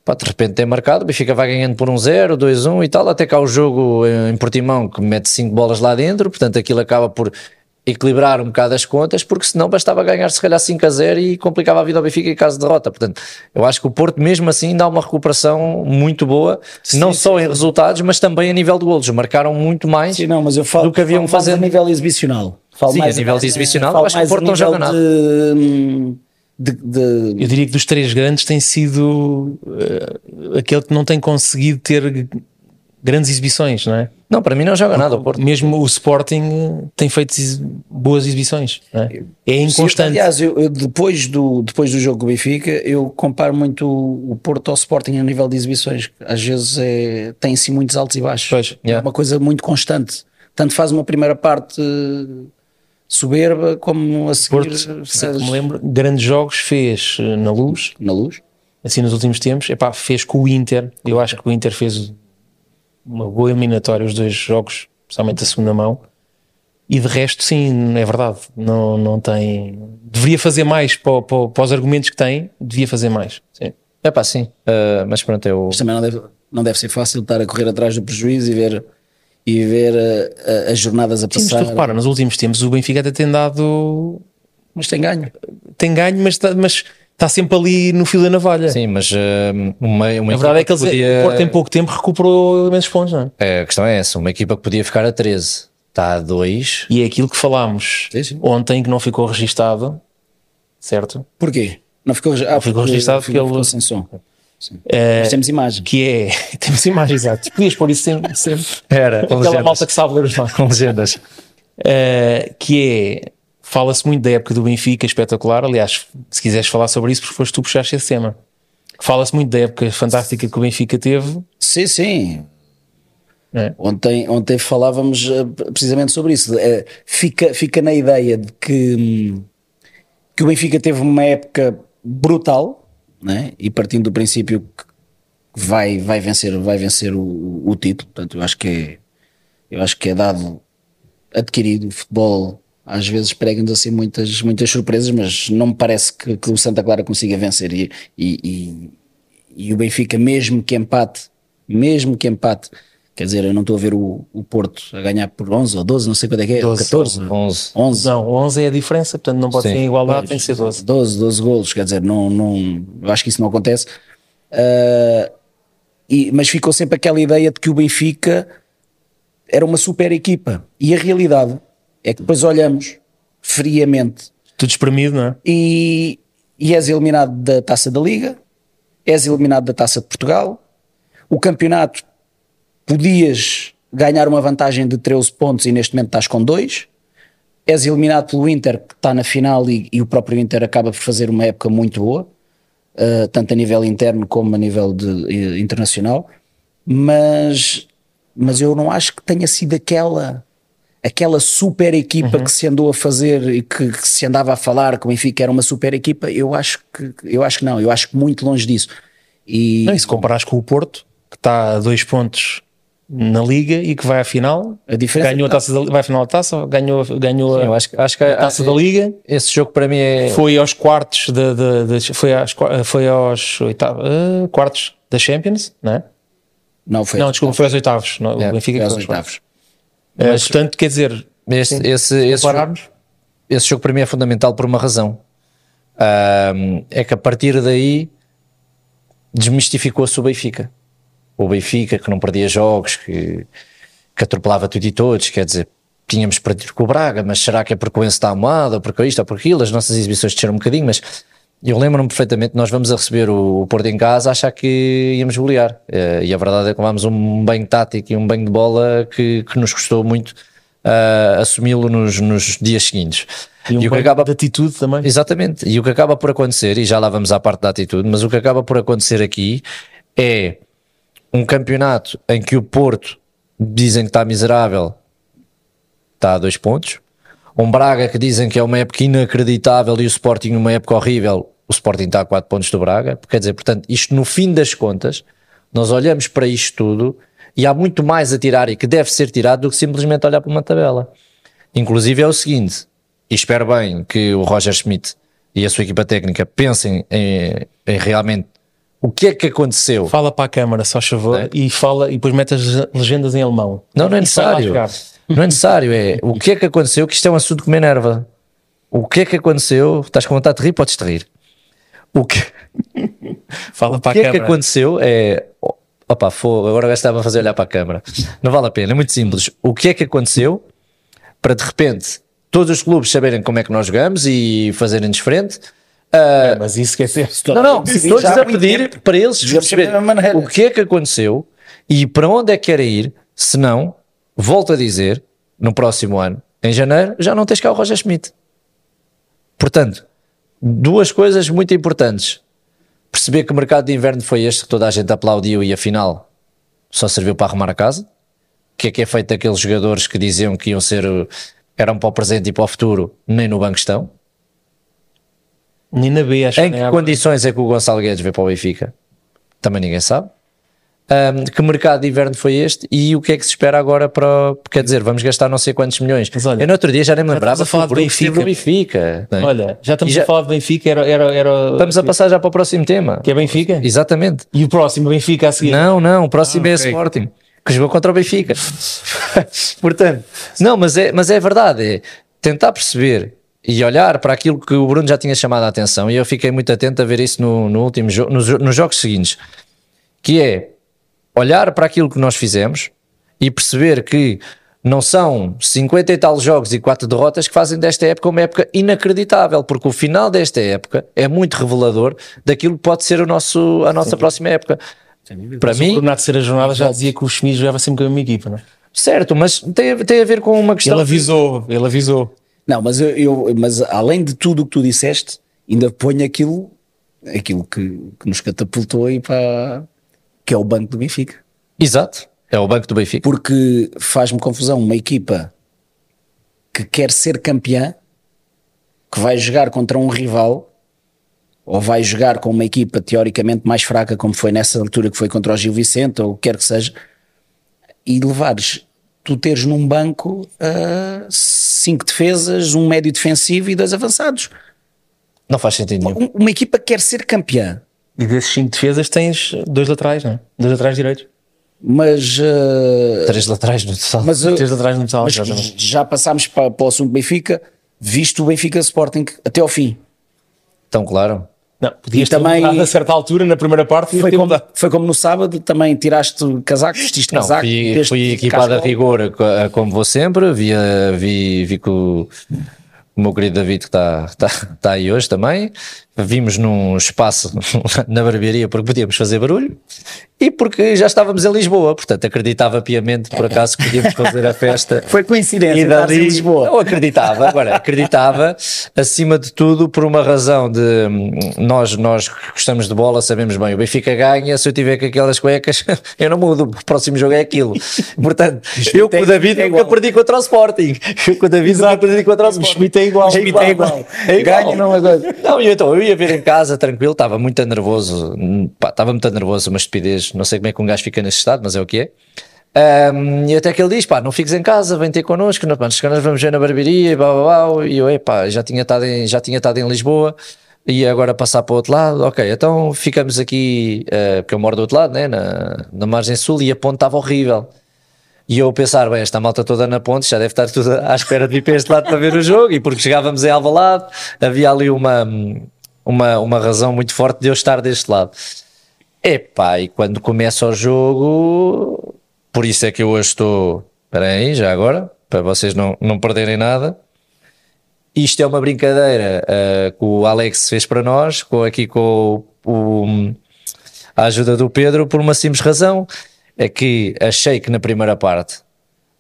Pá, de repente tem marcado, o Benfica vai ganhando por um 0, 2, 1 e tal, até cá o jogo eh, em Portimão que mete 5 bolas lá dentro, portanto aquilo acaba por equilibrar um bocado as contas, porque senão bastava ganhar se calhar 5 a 0 e complicava a vida ao Benfica em caso de derrota. Portanto, eu acho que o Porto, mesmo assim, dá uma recuperação muito boa, não só em resultados, mas também a nível de golos. Marcaram muito mais. Sim, não, mas eu falo, Do que haviam falo mais fazendo. a nível exibicional. Falo Sim, mais a nível de exibicional, falo acho que mais o Porto a não joga nível nada. De, de- de- Eu diria que dos três grandes tem sido eh, aquele que não tem conseguido ter g- grandes exibições, não é? Não, para mim não joga nada o Porto. Mesmo o Sporting eh, tem feito ex- boas exibições, não é? É Sim, inconstante. aliás, eu, eu depois, do, depois do jogo com o Benfica, eu comparo muito o o Porto ao Sporting a nível de exibições. Às vezes é, tem assim muitos altos e baixos. Pois, yeah. É uma coisa muito constante. Tanto faz uma primeira parte eh, soberba como a seguir Porto, faz- sempre que Assim me lembro, grandes jogos fez eh, na luz, na luz. assim nos últimos tempos, epá, fez com o Inter. Eu acho que o Inter fez uma boa eliminatória, os dois jogos, principalmente a segunda mão. E de resto, sim, é verdade. Não, não tem. Deveria fazer mais para, para, para os argumentos que tem, devia fazer mais. Sim. É pá, sim. Ah, mas pronto, eu. Mas também não deve, não deve ser fácil estar a correr atrás do prejuízo e ver, e ver eh, a- as jornadas a Sim, mas tu passar. repara, nos últimos tempos o Benfica até tem dado. mas tem ganho. tem ganho, mas está, mas está sempre ali no fio da navalha. Sim, mas ah, uma, uma é- A verdade é que eles, podia- o Porto em pouco tempo recuperou imensos pontos, não é? É, A questão é essa: uma equipa que podia ficar a 13 está a 2. E é aquilo que falámos Sim, sim. ontem que não ficou registado, certo? Porquê? Não ficou, regi- ah, Não ficou registado ficou- porque ele- ficou sem som. Sim. Mas temos imagem. Que é. Temos imagem, exato. Podias pôr isso sempre. sempre. Era, com Aquela legendas. malta que sabe ler os nomes. Com legendas. Uh, que é. Fala-se muito da época do Benfica, espetacular. Aliás, se quiseres falar sobre isso, porque foste tu que puxaste esse tema. Fala-se muito da época fantástica que o Benfica teve. Sim, sim. É. Ontem, ontem falávamos eh, precisamente sobre isso. Eh, Fica, fica na ideia de que, hum, que o Benfica teve uma época brutal né? e partindo do princípio que vai, vai vencer, vai vencer o, o título. Portanto, eu acho que é, eu acho que é dado adquirido. O futebol às vezes prega-nos assim muitas, muitas surpresas, mas não me parece que, que o Santa Clara consiga vencer. E, e- e- e o Benfica, mesmo que empate, mesmo que empate, quer dizer, eu não estou a ver o, o Porto a ganhar por 11 ou 12, não sei quanto é que é, 12, 14, 11. 11, Não, 11 é a diferença, portanto não pode Sim. ser em igualdade, tem que ser 12. 12, 12 golos, quer dizer, não, não, eu acho que isso não acontece. Ah, e- mas ficou sempre aquela ideia de que o Benfica era uma super equipa. E a realidade é que depois olhamos friamente Tudo espremido, não é? e, e és eliminado da taça da Liga, és eliminado da taça de Portugal. O campeonato podias ganhar uma vantagem de 13 pontos e neste momento estás com 2. És eliminado pelo Inter, que está na final, e, e o próprio Inter acaba por fazer uma época muito boa, eh, tanto a nível interno como a nível de- eh, internacional. Mas, mas eu não acho que tenha sido aquela aquela super equipa Uhum. que se andou a fazer e que, que se andava a falar que o Benfica era uma super equipa. Eu acho que eu acho que não, eu acho que muito longe disso. E, Não, e se comparares com o Porto, que está a dois pontos na Liga e que vai à final, A diferença ganhou a é taça da, vai à final da taça, ganhou, ganhou Eu a, acho, que- acho que a taça da Liga, esse jogo para mim é. foi aos quartos da, da- das- foi, às qua- foi aos oitavos, eh, quartos da Champions, não é? não foi Não, desculpa, foi aos oitavos. Não, É, o Benfica foi foi aos aos oitavos. oitavos. Eh, portanto, quer dizer, Este, esse, esse, jogo, compararmos, esse jogo para mim é fundamental por uma razão. Ahm, é que a partir daí desmistificou-se o Benfica. O Benfica que não perdia jogos, que, que atropelava tudo e todos, quer dizer, tínhamos perdido com o Braga, mas será que é porque o Enzo está amado, ou porque isto, ou porque aquilo, as nossas exibições desceram um bocadinho, mas eu lembro-me perfeitamente, nós vamos a receber o, o Porto em casa a achar que íamos golear, Eh, e a verdade é que levámos um banho tático e um banho de bola que, que nos custou muito ah, assumi-lo nos, nos dias seguintes. e um E o que pouco acaba de atitude também. Exatamente. E o que acaba por acontecer, e já lá vamos à parte da atitude, mas o que acaba por acontecer aqui é um campeonato em que o Porto dizem que está miserável, está a dois pontos. Um Braga que dizem que é uma época inacreditável e o Sporting uma época horrível, o Sporting está a quatro pontos do Braga. Quer dizer, portanto, isto no fim das contas, nós olhamos para isto tudo e há muito mais a tirar e que deve ser tirado do que simplesmente olhar para uma tabela. Inclusive é o seguinte, e espero bem que o Roger Schmidt e a sua equipa técnica pensem em, em realmente o que é que aconteceu. Fala para a câmara, só favor, É. e fala e depois mete as legendas em alemão. Não, não é Isso vai lá necessário. chegar. Não é necessário, é o que é que aconteceu, que isto é um assunto que me enerva. O que é que aconteceu? Estás com vontade de rir, podes te rir. O que, Fala o para que a é que câmara. aconteceu é. Opa, fogo, agora o gajo estava a fazer olhar para a câmara. Não vale a pena, é muito simples. O que é que aconteceu para de repente todos os clubes saberem como é que nós jogamos e fazerem-nos frente? Ah, É, Mas isso esquecer. não, não, estou-lhes já há a muito pedir para eles Jogamos sempre perceberem da mesma maneira. o que é que aconteceu e para onde é que querem ir, se não, volto a dizer, no próximo ano, em janeiro, já não tens cá o Roger Schmidt. Portanto, duas coisas muito importantes. Perceber que o mercado de inverno foi este que toda a gente aplaudiu e afinal só serviu para arrumar a casa. O que é que é feito daqueles jogadores que diziam que iam ser, uh, eram para o presente e para o futuro, nem no banco estão? Nem na B, acho Em que que nem há- condições é que o Gonçalo Guedes veio para o Benfica? Também ninguém sabe. Ahm, que mercado de inverno foi este e o que é que se espera agora para. o- Quer dizer, vamos gastar não sei quantos milhões. Mas olha, eu no outro dia já nem me lembrava estamos a falar que o Bruno de Benfica. esteve no Benfica. não é? Olha, já estamos E já- a falar de Benfica, era, era, era Vamos a passar já para o próximo tema. que é Benfica? Exatamente. E o próximo Benfica a seguir? Não, não, o próximo Ah, é ok. Sporting, que jogou contra o Benfica. Portanto, não, mas é, mas é verdade, é tentar perceber e olhar para aquilo que o Bruno já tinha chamado a atenção, e eu fiquei muito atento a ver isso no, no último jogo, nos, jo- nos jogos seguintes, que é olhar para aquilo que nós fizemos e perceber que não são 50 e tal jogos e 4 derrotas que fazem desta época uma época inacreditável, porque o final desta época é muito revelador daquilo que pode ser o nosso, a nossa próxima época. Para Mas o mim, Bruno, na terceira jornada já dizia que o Schmidt jogava sempre com a minha equipa, não é? certo, mas tem, a- tem a ver com uma questão. Ele avisou, ele avisou. Não, mas, eu, eu- mas além de tudo o que tu disseste, ainda ponho aquilo, aquilo que, que nos catapultou aí para. que é o Banco do Benfica. Exato, é o banco do Benfica. Porque faz-me confusão uma equipa que quer ser campeã, que vai jogar contra um rival, ou vai jogar com uma equipa teoricamente mais fraca, como foi nessa altura que foi contra o Gil Vicente, ou o que quer que seja, e levares, tu teres num banco ah, cinco defesas, um médio defensivo e dois avançados. Não faz sentido nenhum. Um- Uma equipa que quer ser campeã, E desses cinco defesas tens dois laterais, não é? Dois laterais direitos. mas, ah, Três laterais no total. mas eu- Três laterais no total, Mas exatamente. já passámos para, para o assunto Benfica, visto o Benfica Sporting até ao fim. Tão claro. Não, podias E ter também- mudado a certa altura, na primeira parte, podias Foi ter como, mudado. foi como no sábado, também tiraste o casaco, vestiste Não, casaco. fui, meteste fui equipado a casco. rigor, a co- a como vou sempre. Vi, a- vi, vi que o, o meu querido David que está está- está aí hoje também. Vimos num espaço na barbearia porque podíamos fazer barulho e porque já estávamos em Lisboa. Portanto, acreditava piamente por acaso que podíamos fazer a festa Foi coincidência, E estás dali- em Lisboa. Eu acreditava, agora acreditava, acima de tudo, por uma razão de hum, nós, nós que gostamos de bola, sabemos bem, o Benfica ganha, se eu tiver com aquelas cuecas, eu não mudo, o próximo jogo é aquilo. Portanto, eu com o David é nunca igual. perdi contra o Sporting. Eu com o David nunca perdi contra o Sporting. Schmidt é igual. É igual, É igual. é igual. Ganha, não agora. Não, e então eu ia ver em casa tranquilo, estava muito nervoso, hum, pá, estava muito nervoso, uma estupidez, não sei como é que um gajo fica nesse estado, mas é o que é. Ahm, e até que ele diz: pá, não fiques em casa, vem ter connosco, nós, pá, nós vamos ver na barbearia, e blá, blá, blá. e eu, epá, já tinha estado em, já tinha estado em Lisboa, e agora passar para o outro lado, ok, então ficamos aqui, eh, porque eu moro do outro lado, né, na, na margem sul, e a ponte estava horrível. E eu a pensar, bem, esta malta toda na ponte já deve estar tudo à espera de vir para este lado para ver o jogo, e porque chegávamos em Alvalade, havia ali uma, uma, uma razão muito forte de eu estar deste lado. Epá, e quando começa o jogo, por isso é que eu hoje estou, espera aí, já agora, para vocês não, não perderem nada, isto é uma brincadeira ah, que o Alex fez para nós, com, aqui com o- o- a ajuda do Pedro, por uma simples razão: é que achei que na primeira parte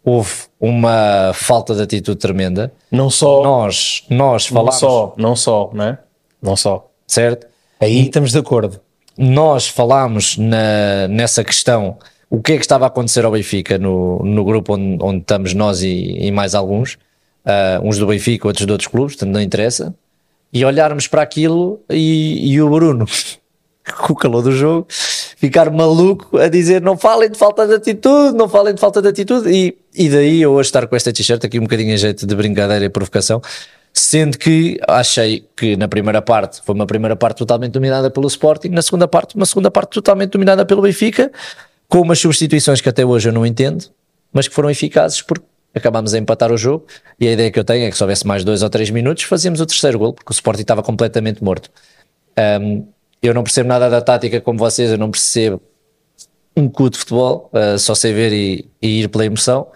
houve uma falta de atitude tremenda. Não só, Nós, nós não falámos, só, não só, não é? Não só. certo? Aí estamos de acordo. Nós falámos na- nessa questão o que é que estava a acontecer ao Benfica no, no grupo onde, onde estamos nós e, e mais alguns, ah, uns do Benfica, outros de outros clubes, portanto não interessa, e olharmos para aquilo e, e o Bruno, com o calor do jogo, ficar maluco a dizer não falem de falta de atitude, não falem de falta de atitude, e, e daí eu hoje estar com esta t-shirt aqui um bocadinho a jeito de brincadeira e provocação, sendo que achei que na primeira parte foi uma primeira parte totalmente dominada pelo Sporting, na segunda parte, uma segunda parte totalmente dominada pelo Benfica, com umas substituições que até hoje eu não entendo, mas que foram eficazes porque acabámos a empatar o jogo e a ideia que eu tenho é que se houvesse mais dois ou três minutos fazíamos o terceiro gol, porque o Sporting estava completamente morto. Um, eu não percebo nada da tática como vocês, eu não percebo um cu de futebol, uh, só sei ver e, e ir pela emoção,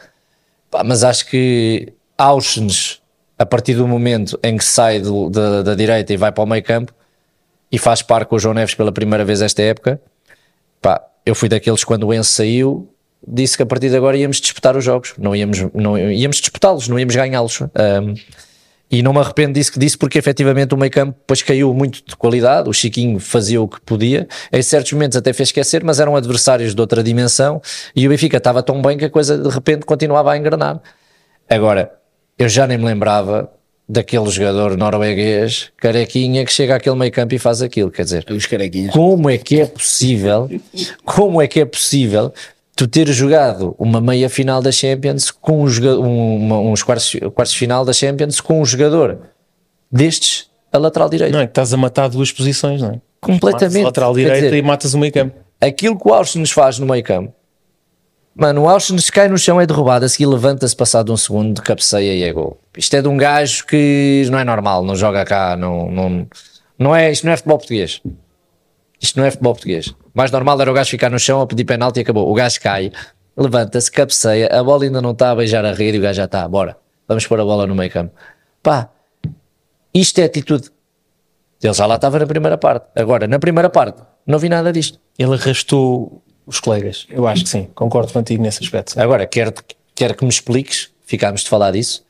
Pá, mas acho que Auschens, a partir do momento em que sai do- da, da direita e vai para o meio campo e faz par com o João Neves pela primeira vez esta época, pá, eu fui daqueles quando o Enzo saiu, disse que a partir de agora íamos disputar os jogos, não íamos, não, íamos disputá-los, não íamos ganhá-los. Um, e não me arrependo disso que disse, porque efetivamente o meio campo depois caiu muito de qualidade, o Chiquinho fazia o que podia, em certos momentos até fez esquecer, mas eram adversários de outra dimensão e o Benfica estava tão bem que a coisa de repente continuava a engrenar. Agora, eu já nem me lembrava daquele jogador norueguês, carequinha, que chega àquele meio campo e faz aquilo, quer dizer Os carequinhas. como é que é possível, como é que é possível tu ter jogado uma meia final da Champions com um joga- um- uma- uns quartos, quartos final da Champions com um jogador destes a lateral direito? Não é que estás a matar duas posições, não é? Matas Completamente. a lateral Quer direita dizer, e matas o meio campo. aquilo que o Austin nos faz no meio campo. Mano, o Austin se cai no chão, é derrubado, a seguir levanta-se passado um segundo, cabeceia e é gol. Isto é de um gajo que não é normal, não joga cá, não, não, não é, isto não é futebol português. Isto não é futebol português. O mais normal era o gajo ficar no chão a pedir penalti e acabou. O gajo cai, levanta-se, cabeceia, a bola ainda não está a beijar a rede e o gajo já está, bora, vamos pôr a bola no meio campo. Pá, isto é atitude. Ele já lá estava na primeira parte. Agora, na primeira parte, não vi nada disto. Ele arrastou os colegas. Eu acho que sim, concordo contigo nesse aspecto. Agora, quero, quero que me expliques, ficámos de falar disso,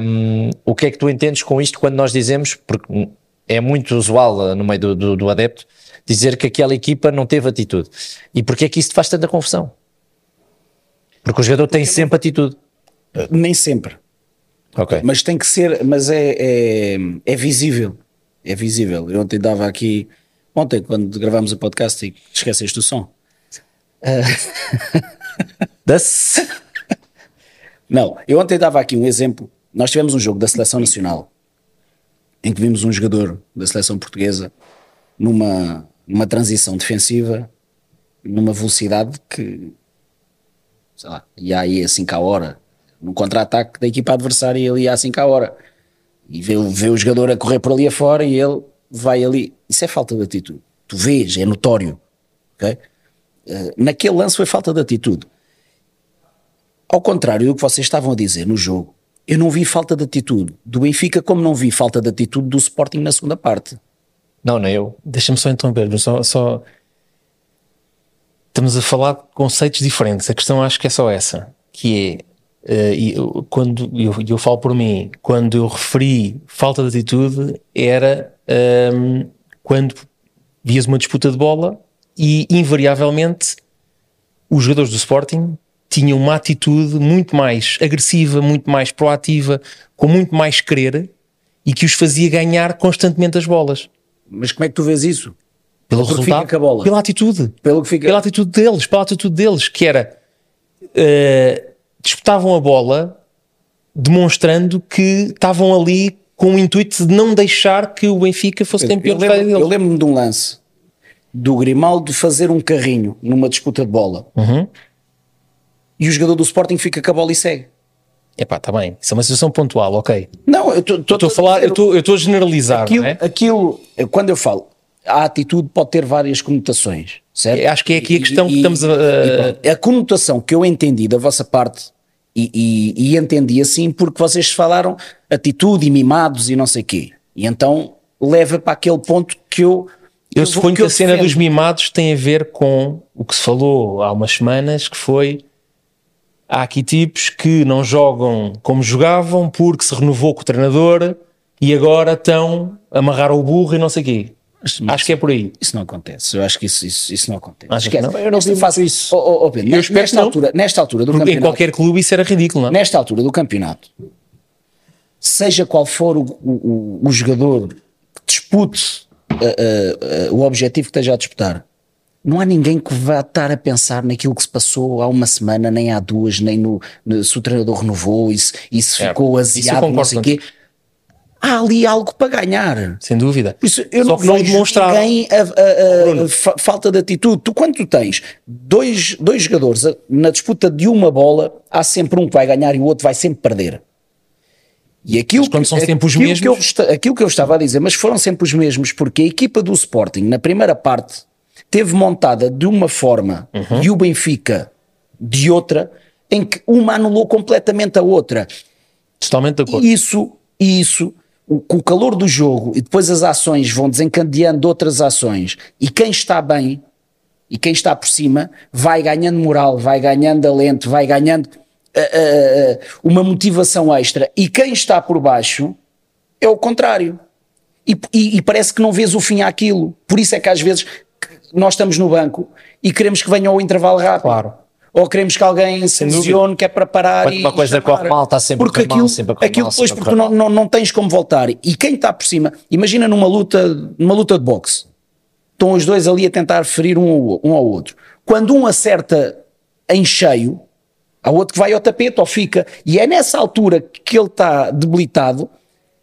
hum, o que é que tu entendes com isto quando nós dizemos, porque é muito usual eh, no meio do, do- do adepto, dizer que aquela equipa não teve atitude. E porquê é que isso te faz tanta confusão? Porque o jogador tem sempre atitude. Nem sempre. Ok. Mas tem que ser, mas é, é, é visível. É visível. Eu ontem dava aqui, ontem, quando gravámos o podcast e esqueceste do som. Não, eu ontem dava aqui um exemplo. Nós tivemos um jogo da seleção nacional em que vimos um jogador da seleção portuguesa numa, numa transição defensiva, numa velocidade que, sei lá, ia aí a 5 à hora, num contra-ataque da equipa adversária, ele ia a 5 à hora. E vê, o- vê o jogador a correr por ali afora e ele vai ali. Isso é falta de atitude. Tu vês, é notório. ok? Eh, naquele lance foi falta de atitude ao contrário do que vocês estavam a dizer no jogo, eu não vi falta de atitude do Benfica, como não vi falta de atitude do Sporting na segunda parte. Não, não eu. Deixa-me só interromper, mas só, só- Estamos a falar de conceitos diferentes. A questão acho que é só essa, que é eh, e eu, quando eu, eu falo por mim, quando eu referi falta de atitude, era ehm, quando vias uma disputa de bola e invariavelmente os jogadores do Sporting tinham uma atitude muito mais agressiva, muito mais proativa, com muito mais querer e que os fazia ganhar constantemente as bolas. Mas como é que tu vês isso? Pelo Porque resultado, fica com a bola. pela atitude, Pelo que fica. pela atitude deles, pela atitude deles, que era eh, disputavam a bola demonstrando que estavam ali com o intuito de não deixar que o Benfica fosse Eu campeão do lembro- estádio eu deles. lembro-me de um lance do Grimaldo fazer um carrinho numa disputa de bola Uhum. e o jogador do Sporting fica com a bola e segue. Epá, está bem, isso é uma situação pontual, ok. Não, eu estou Estou a falar, eu estou- eu estou a generalizar, Aquilo, não é? aquilo, quando eu falo, a atitude pode ter várias conotações, certo? Eu acho que é aqui a questão que estamos a- e pronto, a conotação que eu entendi da vossa parte, e, e- e entendi assim, porque vocês falaram atitude e mimados e não sei quê. E então leva para aquele ponto que eu. Eu vou- suponho que, eu a cena defendo. dos mimados tem a ver com o que se falou há umas semanas, que foi há aqui tipos que não jogam como jogavam porque se renovou com o treinador e agora estão a amarrar o burro e não sei o quê. Acho que é por aí. Isso não acontece. Eu acho que isso, isso, isso não acontece. Acho que Esquece. não. Eu não vi faço isso. espero que oh, nesta, não. altura, nesta altura do Porque em campeonato. qualquer clube isso era ridículo, não é? nesta altura do campeonato, seja qual for o, o- o- o jogador que dispute uh, uh, uh, o objetivo que esteja a disputar, não há ninguém que vá estar a pensar naquilo que se passou há uma semana, nem há duas, nem no, no- se o treinador renovou e se, e se É, ficou isso eu aziado, não concordo sei o quê. há ali algo para ganhar. sem dúvida. Por isso, eu Só não que não vejo demonstraram. ninguém a, a- a- Bruno. fa- falta de atitude. Tu, quando tu tens dois, dois jogadores a- na disputa de uma bola, há sempre um que vai ganhar e o outro vai sempre perder. E aquilo, Mas quando que- são sempre os aquilo mesmos? Que eu, esta- aquilo que eu estava a dizer, mas foram sempre os mesmos, porque a equipa do Sporting, na primeira parte, teve montada de uma forma Uhum. e o Benfica de outra, em que uma anulou completamente a outra. Totalmente de E acordo. Isso, e isso, o, com o calor do jogo e depois as ações vão desencadeando outras ações e quem está bem e quem está por cima vai ganhando moral, vai ganhando alento, vai ganhando ah, ah, ah, uma motivação extra e quem está por baixo é o contrário. E, e- e parece que não vês o fim àquilo. Por isso é que às vezes que nós estamos no banco e queremos que venha ao intervalo rápido. Claro. Ou queremos que alguém se dúvida. lesione, que é para parar. Quando e- uma e coisa chamar. corre mal, está sempre a Porque correr mal, aquilo, sempre a correr aquilo mal, depois, sempre a porque tu correr não, não, não tens como voltar. E quem está por cima, imagina numa luta, numa luta de boxe, estão os dois ali a tentar ferir um ao, um ao outro. Quando um acerta em cheio, há outro que vai ao tapete ou fica. E é nessa altura que ele está debilitado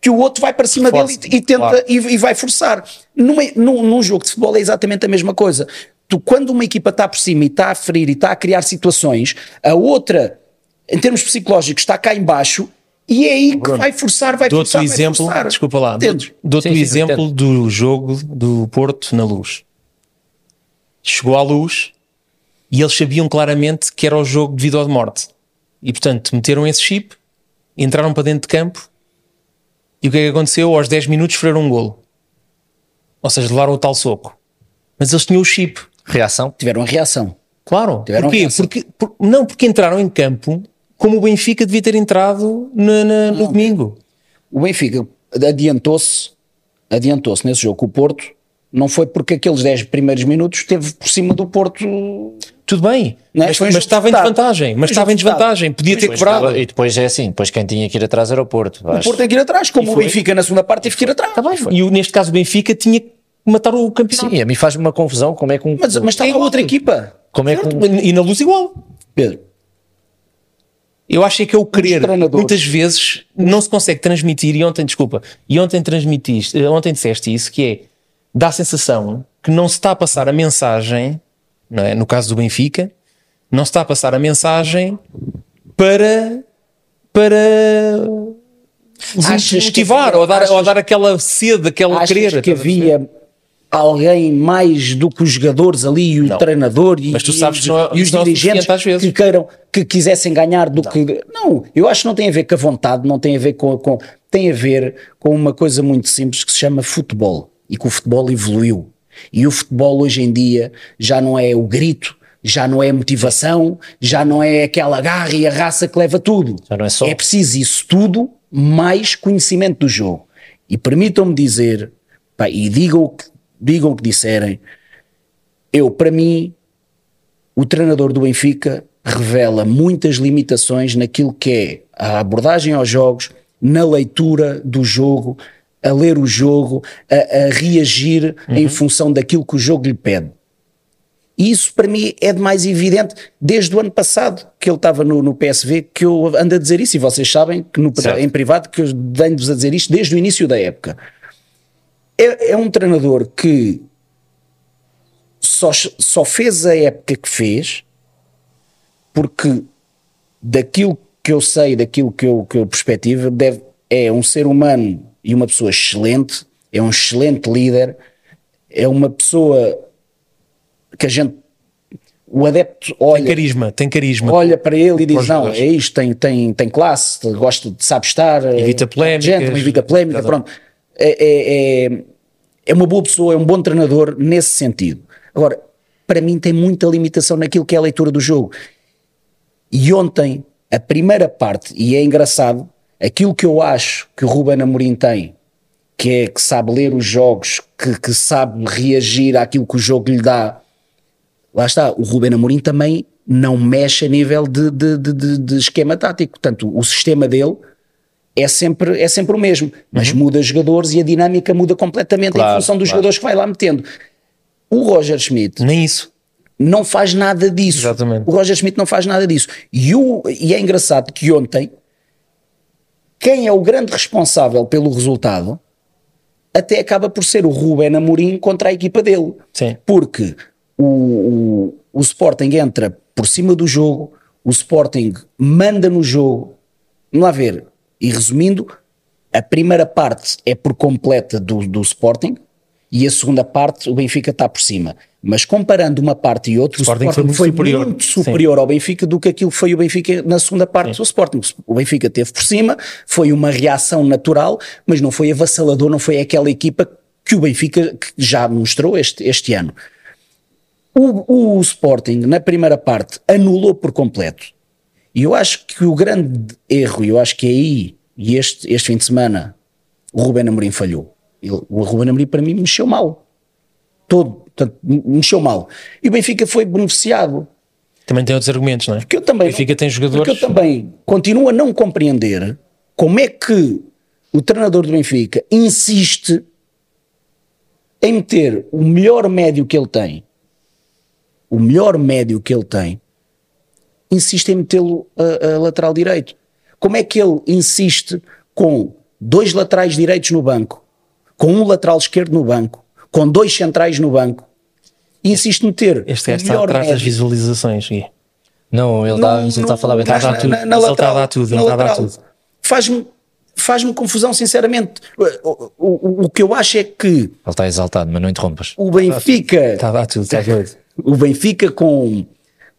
que o outro vai para cima Força, dele e, e tenta claro. e, e vai forçar. Numa- num, num jogo de futebol é exatamente a mesma coisa. Tu, quando uma equipa está por cima e está a ferir e está a criar situações, a outra, em termos psicológicos, está cá em baixo e é aí que vai forçar, vai Dou-te forçar, o vai exemplo, forçar. desculpa lá, é Entendes? dou- dou-te Sim, o sim, exemplo do jogo do Porto na luz. Chegou à luz e eles sabiam claramente que era o jogo de vida ou de morte. E portanto meteram esse chip, entraram para dentro de campo e o que é que aconteceu? Aos 10 minutos frearam um golo. Ou seja, levaram o tal soco. Mas eles tinham o chip. Reação? Tiveram a reação. Claro. Tiveram Porquê? reação. Porque, por- não, porque entraram em campo como o Benfica devia ter entrado na- na- no domingo. O Benfica adiantou-se, adiantou-se nesse jogo com o Porto, não foi porque aqueles 10 primeiros minutos teve por cima do Porto. Tudo bem, Não é? mas, Foi um mas jogo estava em disputado. desvantagem. Foi um Mas estava em jogo disputado. desvantagem, podia ter Depois quebrado. estava- E depois é assim, depois quem tinha que ir atrás era o Porto. O Porto é tem que ir atrás, como o Benfica na segunda parte teve que ir atrás. E o- neste caso o Benfica tinha que matar o campeonato. Sim, a mim faz-me uma confusão como é que um. Mas, mas tá está lá outra equipa. como é que um- Certo? E na luz igual. Pedro, Eu acho é Um que é o querer. treinadores. Muitas vezes não se consegue transmitir, e ontem, desculpa, e ontem transmitiste, eh, ontem disseste isso, que é, dá a sensação que não se está a passar a mensagem, não é? no caso do Benfica, não se está a passar a mensagem para, para Achas que motivar havia- ou, dar, ou achas- dar aquela sede, aquele achas querer. que estás a perceber? havia alguém mais do que os jogadores ali e o Não. treinador e, Mas tu e sabes os, que não é- e os não é dirigentes suficiente às vezes. que queiram que quisessem ganhar do que não eu acho que não tem a ver com a vontade não tem a ver com, com- tem a ver com uma coisa muito simples que se chama futebol e que o futebol evoluiu e o futebol hoje em dia já não é o grito já não é a motivação já não é aquela garra e a raça que leva tudo Já não é só. é preciso isso tudo mais conhecimento do jogo. E permitam-me dizer, pá, e digam o, que, digam o que disserem, eu, para mim, o treinador do Benfica revela muitas limitações naquilo que é a abordagem aos jogos, na leitura do jogo, a ler o jogo, a, a reagir em função daquilo que o jogo lhe pede. E isso para mim é de mais evidente desde o ano passado que ele estava no, no PSV que eu ando a dizer isso e vocês sabem que no pri- Certo. em privado que eu venho-vos a dizer isto desde o início da época. É, é um treinador que só, só fez a época que fez porque daquilo que eu sei, daquilo que eu, que eu perspectivo, deve, é um ser humano e uma pessoa excelente, é um excelente líder, é uma pessoa que a gente, o adepto Tem olha, carisma, tem carisma. olha para ele e diz, Os não, jogadores. é isto, tem, tem, tem classe, gosta de, sabe estar, é Evita polémicas. gentleman, evita polémica, Exato. pronto. É, é, é, é uma boa pessoa, é um bom treinador nesse sentido. Agora, para mim tem muita limitação naquilo que é a leitura do jogo. E ontem, a primeira parte, e é engraçado, aquilo que eu acho que o Ruben Amorim tem, que é que sabe ler os jogos, que, que sabe reagir àquilo que o jogo lhe dá. Lá está, o Ruben Amorim também não mexe a nível de, de- de- de- de esquema tático. Portanto, o sistema dele é sempre, é sempre o mesmo, mas muda jogadores e a dinâmica muda completamente em Uhum. Claro, função dos claro. jogadores que vai lá metendo. O Roger Schmidt Nem isso. não faz nada disso. Exatamente. O Roger Schmidt não faz nada disso. E, o- e é engraçado que ontem quem é o grande responsável pelo resultado até acaba por ser o Ruben Amorim contra a equipa dele. Sim. Porque o, o, o Sporting entra por cima do jogo, o Sporting manda no jogo. Vamos lá ver. E resumindo, a primeira parte é por completa do, do Sporting e a segunda parte o Benfica está por cima. Mas comparando uma parte e outra, o Sporting Sporting, foi muito foi, superior. muito Sim. superior ao Benfica do que aquilo que foi o Benfica na segunda parte do Sporting. O Benfica teve por cima, foi uma reação natural, mas não foi avassalador, não foi aquela equipa que o Benfica que já mostrou este, este ano. O, o Sporting, na primeira parte, anulou por completo. E eu acho que o grande erro, e eu acho que é aí, e este, este fim de semana, o Ruben Amorim falhou. Ele- o Ruben Amorim, para mim, mexeu mal. Todo, portanto, me- mexeu mal. E o Benfica foi beneficiado. Também tem outros argumentos, não é? Porque eu também. O Benfica tem jogadores- Porque eu também continuo a não compreender como é que o treinador do Benfica insiste em meter o melhor médio que ele tem, o melhor médio que ele tem, insiste em metê-lo a, a lateral direito. Como é que ele insiste com dois laterais direitos no banco, com um lateral esquerdo no banco, com dois centrais no banco? E insiste em meter Este gajo o está é melhor atrás das médio visualizações, Gui. Não, ele não- está a falar bem. não- Tá a dar na- tudo. tá na- na mas ele lateral, está a dar tudo, na ele está a dar lateral. tudo. Faz-me faz-me confusão, sinceramente. O, o- o- o que eu acho é que Ele está exaltado, mas não interrompas. o Benfica, Tá. Está a dar tudo, está doido. o Benfica com,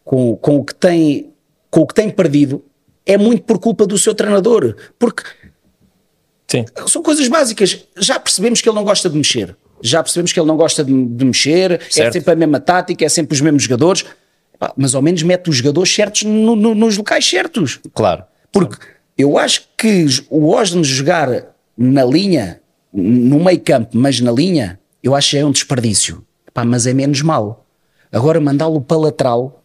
com, com o que tem com o que tem perdido é muito por culpa do seu treinador, porque Sim. são coisas básicas. Já percebemos que ele não gosta de mexer. Já percebemos que ele não gosta de, de mexer, é Certo. sempre a mesma tática, é sempre os mesmos jogadores. Pá, Mas ao menos mete os jogadores certos no- no- nos locais certos. Claro. Porque eu acho que o Osden jogar na linha, no meio campo, mas na linha, eu acho que é um desperdício. Pá, mas é menos mal. Agora mandá-lo para lateral.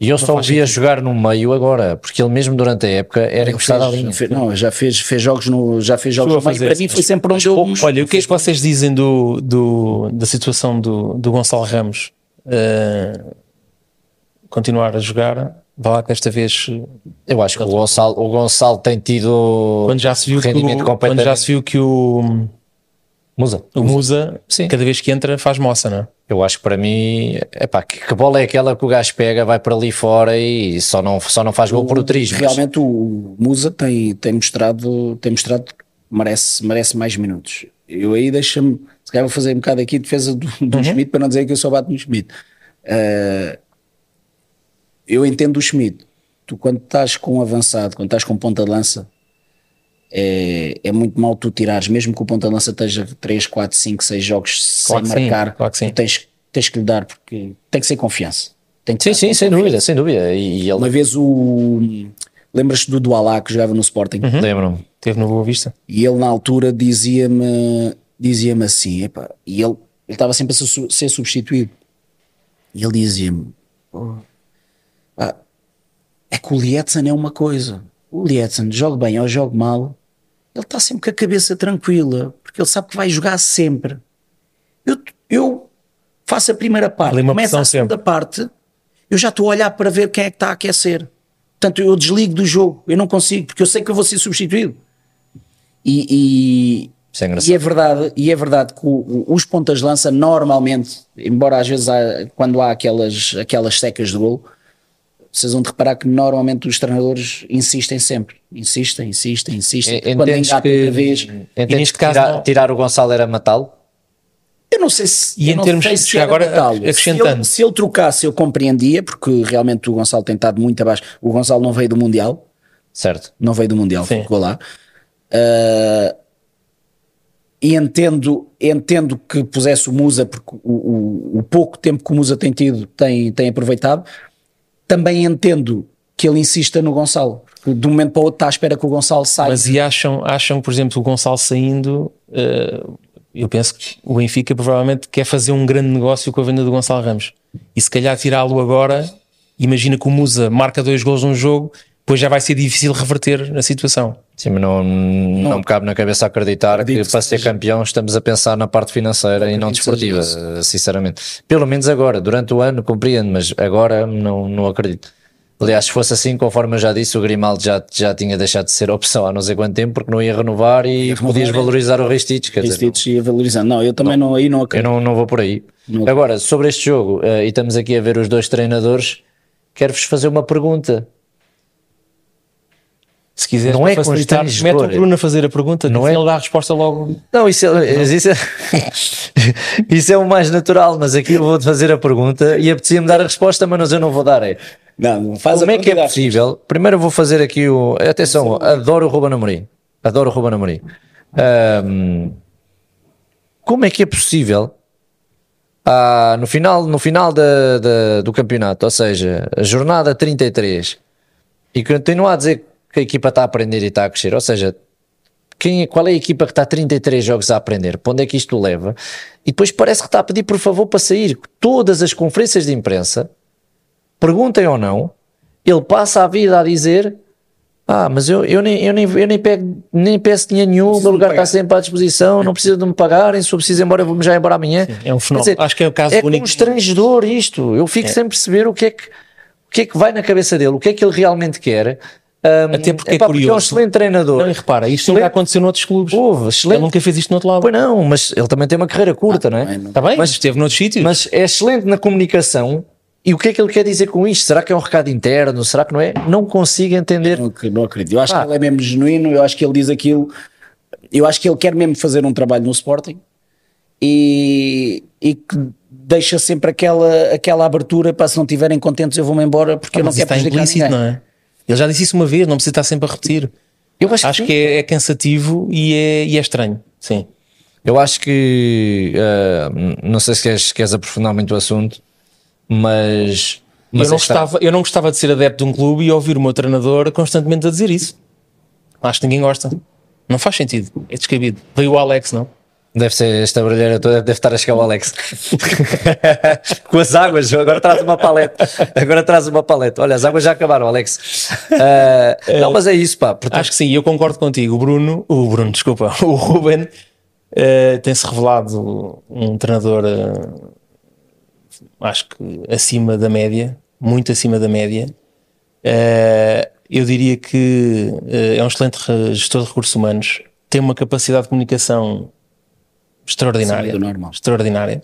E eu só o vi a jogar no meio agora, porque ele mesmo durante a época era encostado à fez- linha. fe- não, já fez, fez jogos no, já fez jogos Chegou no a meio. fazer. Para mim foi sempre um onde eu Olha, o que é que vocês dizem do, do- da situação do, do Gonçalo Ramos Uh, continuar a jogar? Vá lá que desta vez, Eu acho que o Gonçalo, o Gonçalo tem tido quando já se viu que rendimento o, quando completamente. já se viu que o, Musa. o Musa, Sim. cada vez que entra, faz moça, não é? Eu acho que para mim, epá, que, que bola é aquela que o gajo pega, vai para ali fora e só não, só não faz gol por o trismo. Realmente o Musa tem, tem mostrado, tem mostrado que merece, merece mais minutos. Eu aí deixa-me, se calhar vou fazer um bocado aqui de defesa do, do Uhum. Schmidt para não dizer que eu só bato no Schmidt. Eh, eu entendo o Schmidt. Tu quando estás com um avançado, quando estás com ponta de lança, é, é muito mal tu tirares, mesmo que o ponta de lança esteja 3, 4, 5, 6 jogos Claro que sem sim, marcar, claro que sim. tu tens, tens que lhe dar, porque tem que ser confiança. Tem que Sim, dar sim, sem dúvida, sem dúvida. E, e ele uma vez o. Lembras-te do Dualá que jogava no Sporting? Uhum. lembro-me. Teve no Boa Vista. E ele na altura dizia-me dizia-me assim, epá, e ele ele estava sempre a ser, su- ser substituído. E ele dizia-me: "Pô, pá, é que o Lietzen é uma coisa. O Lietzen joga bem ou joga mal, ele está sempre com a cabeça tranquila, porque ele sabe que vai jogar sempre. Eu, eu faço a primeira parte, Ali uma começo a pressão segunda parte, eu já estou a olhar para ver quem é que está a aquecer. Portanto, eu desligo do jogo, eu não consigo, porque eu sei que eu vou ser substituído. E, e- Isso é engraçado. e é verdade, e é verdade que o- o- os pontas de lança normalmente, embora às vezes há- quando há aquelas, aquelas secas de golo, vocês vão de reparar que normalmente os treinadores insistem sempre, insistem, insistem, insistem. É, E- quando Entendes engata que, outra vez, entendes neste que caso tirar, não- tirar o Gonçalo era matá-lo? eu não sei se E eu em não termos- sei já era agora, matá-lo. acrescentando. se ele, se ele trocasse, eu compreendia, porque realmente o Gonçalo tem estado muito abaixo. O Gonçalo não veio do Mundial, Certo. não veio do Mundial, Sim. ficou lá. Ah, e entendo, entendo que pusesse o Musa, porque o, o- o pouco tempo que o Musa tem tido tem, tem aproveitado. Também entendo que ele insista no Gonçalo, porque de um momento para o outro está à espera que o Gonçalo saia. Mas e acham, acham, por exemplo, o Gonçalo saindo, eh, eu penso que o Benfica provavelmente quer fazer um grande negócio com a venda do Gonçalo Ramos. E se calhar tirá-lo agora, imagina que o Musa marca dois gols num jogo, pois já vai ser difícil reverter a situação. Sim, mas não, não, me cabe na cabeça acreditar que para ser campeão estamos a pensar na parte financeira e não desportiva, eh, sinceramente. Pelo menos agora, durante o ano compreendo, mas agora não, não acredito. Aliás, se fosse assim, conforme eu já disse, o Grimaldo já, já tinha deixado de ser opção há não sei quanto tempo, porque não ia renovar e renovar, podias é. valorizar o Ristich. Quer dizer, Ristich ia valorizando. Não, eu também não, aí não Eu acredito. não, não vou por aí. Não. Agora, sobre este jogo, eh, e estamos aqui a ver os dois treinadores, quero-vos fazer uma pergunta. Se quiseres, Não para é com os facilitar, ténis de mete o cor. Bruno a fazer a pergunta, não é? ele dá a resposta logo. Não, isso é, isso é, isso é o mais natural, mas aqui eu vou-te fazer a pergunta e apetecia-me dar a resposta, mas eu não vou dar. É. Não, não faz Como a é que é quantidade. possível? Primeiro eu vou fazer aqui o. Atenção, adoro o Ruben Amorim. Adoro o Ruben Amorim. Ahm, como é que é possível? ah, no final, no final da- da- do campeonato, ou seja, a jornada 33, e continuar a dizer que a equipa está a aprender e está a crescer, ou seja, quem, é- qual é a equipa que está 33 jogos a aprender? Para onde é que isto leva? E depois parece que está a pedir por favor para sair. Todas as conferências de imprensa perguntem ou não, ele passa a vida a dizer: Ah, mas eu, eu, nem, eu, nem, eu nem, pego, nem peço dinheiro nenhum, o meu de lugar está pagar." sempre à disposição, não precisa de me pagarem, se eu preciso ir embora, eu vou-me já embora amanhã. é um fenómeno. Acho que é o caso é único. constrangedor isto. Eu fico sem perceber o que, é que, o que é que vai na cabeça dele, o que é que ele realmente quer. Ahm, Até porque é epá, é um curioso. excelente treinador. Não, e repara, isto é nunca aconteceu noutros clubes. Houve, ele excelente. nunca fez isto no outro lado. é Oh, Pois não, mas ele também tem uma carreira Ah, curta, não é? também não. Está bem, Mas- mas esteve noutros sítios. Mas é excelente na comunicação. E o que é que ele quer dizer com isto? Será que é um recado interno? Será que não é? Não consigo entender. Não, acre- não acredito. Eu acho Ah. que ele é mesmo genuíno, eu acho que ele diz aquilo. Eu acho que ele quer mesmo fazer um trabalho no Sporting e, e que deixa sempre aquela, aquela abertura para se não estiverem contentes eu vou-me embora Ah, porque eu não Mas isso tá quero está prejudicar implícito, ninguém. não é? Ele já disse isso uma vez, não precisa estar sempre a repetir. Eu acho, Acho que, que é, é cansativo e é, e é estranho. Sim. eu acho que ah, não sei se queres, queres aprofundar muito o assunto, mas, mas eu, não é estranho. gostava, eu não gostava de ser adepto de um clube e ouvir o meu treinador constantemente a dizer isso. Acho que ninguém gosta. Não faz sentido. É descabido. Veio o Alex, não? Deve ser esta brilheira toda, deve estar a chegar o Alex. Com as águas, agora traz uma palete. Agora traz uma palete. Olha, as águas já acabaram, Alex. Ah, não, mas é isso, pá. Portanto, Acho que sim, eu concordo contigo. O Bruno, o Bruno, desculpa, o Ruben eh, tem-se revelado um treinador, eh, acho que acima da média, muito acima da média. Eh, eu diria que eh, é um excelente re- gestor de recursos humanos, tem uma capacidade de comunicação extraordinária. Acima do normal. Extraordinária.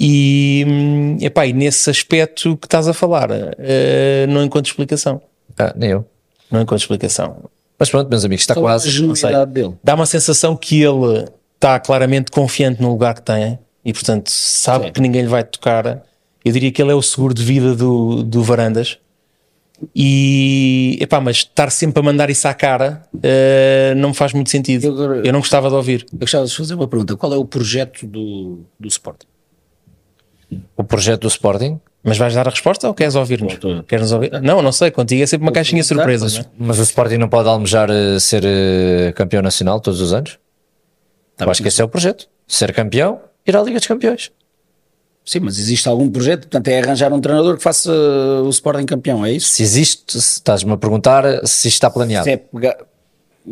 E, hum, epá, e nesse aspecto que estás a falar, eh, não encontro explicação. ah, nem eu. Não encontro explicação. Mas pronto, meus amigos, está Só quase. a não sei. genuinidade dele. Dá uma sensação que ele está claramente confiante no lugar que tem e, portanto, sabe que ninguém lhe vai tocar. Eu diria que ele é o seguro de vida do, do Varandas. E, epá, mas estar sempre a mandar isso à cara eh, não me faz muito sentido. Eu agora- Eu, não gostava de ouvir. Eu gostava de fazer uma pergunta: qual é o projeto do, do Sporting? O projeto do Sporting. Mas vais dar a resposta ou queres ouvir-nos? Estou- Queres ouvir? Não, não sei. Contigo é sempre uma caixinha de surpresas. não é? Mas o Sporting não pode almejar eh, ser eh, campeão nacional todos os anos? Tá Eu acho que esse é o projeto. Ser campeão, ir à Liga dos Campeões. Sim, mas existe algum projeto? Portanto, é arranjar um treinador que faça uh, o Sporting campeão, é isso? Se existe, se estás-me a perguntar eh, se isto está planeado. Se, é pegar-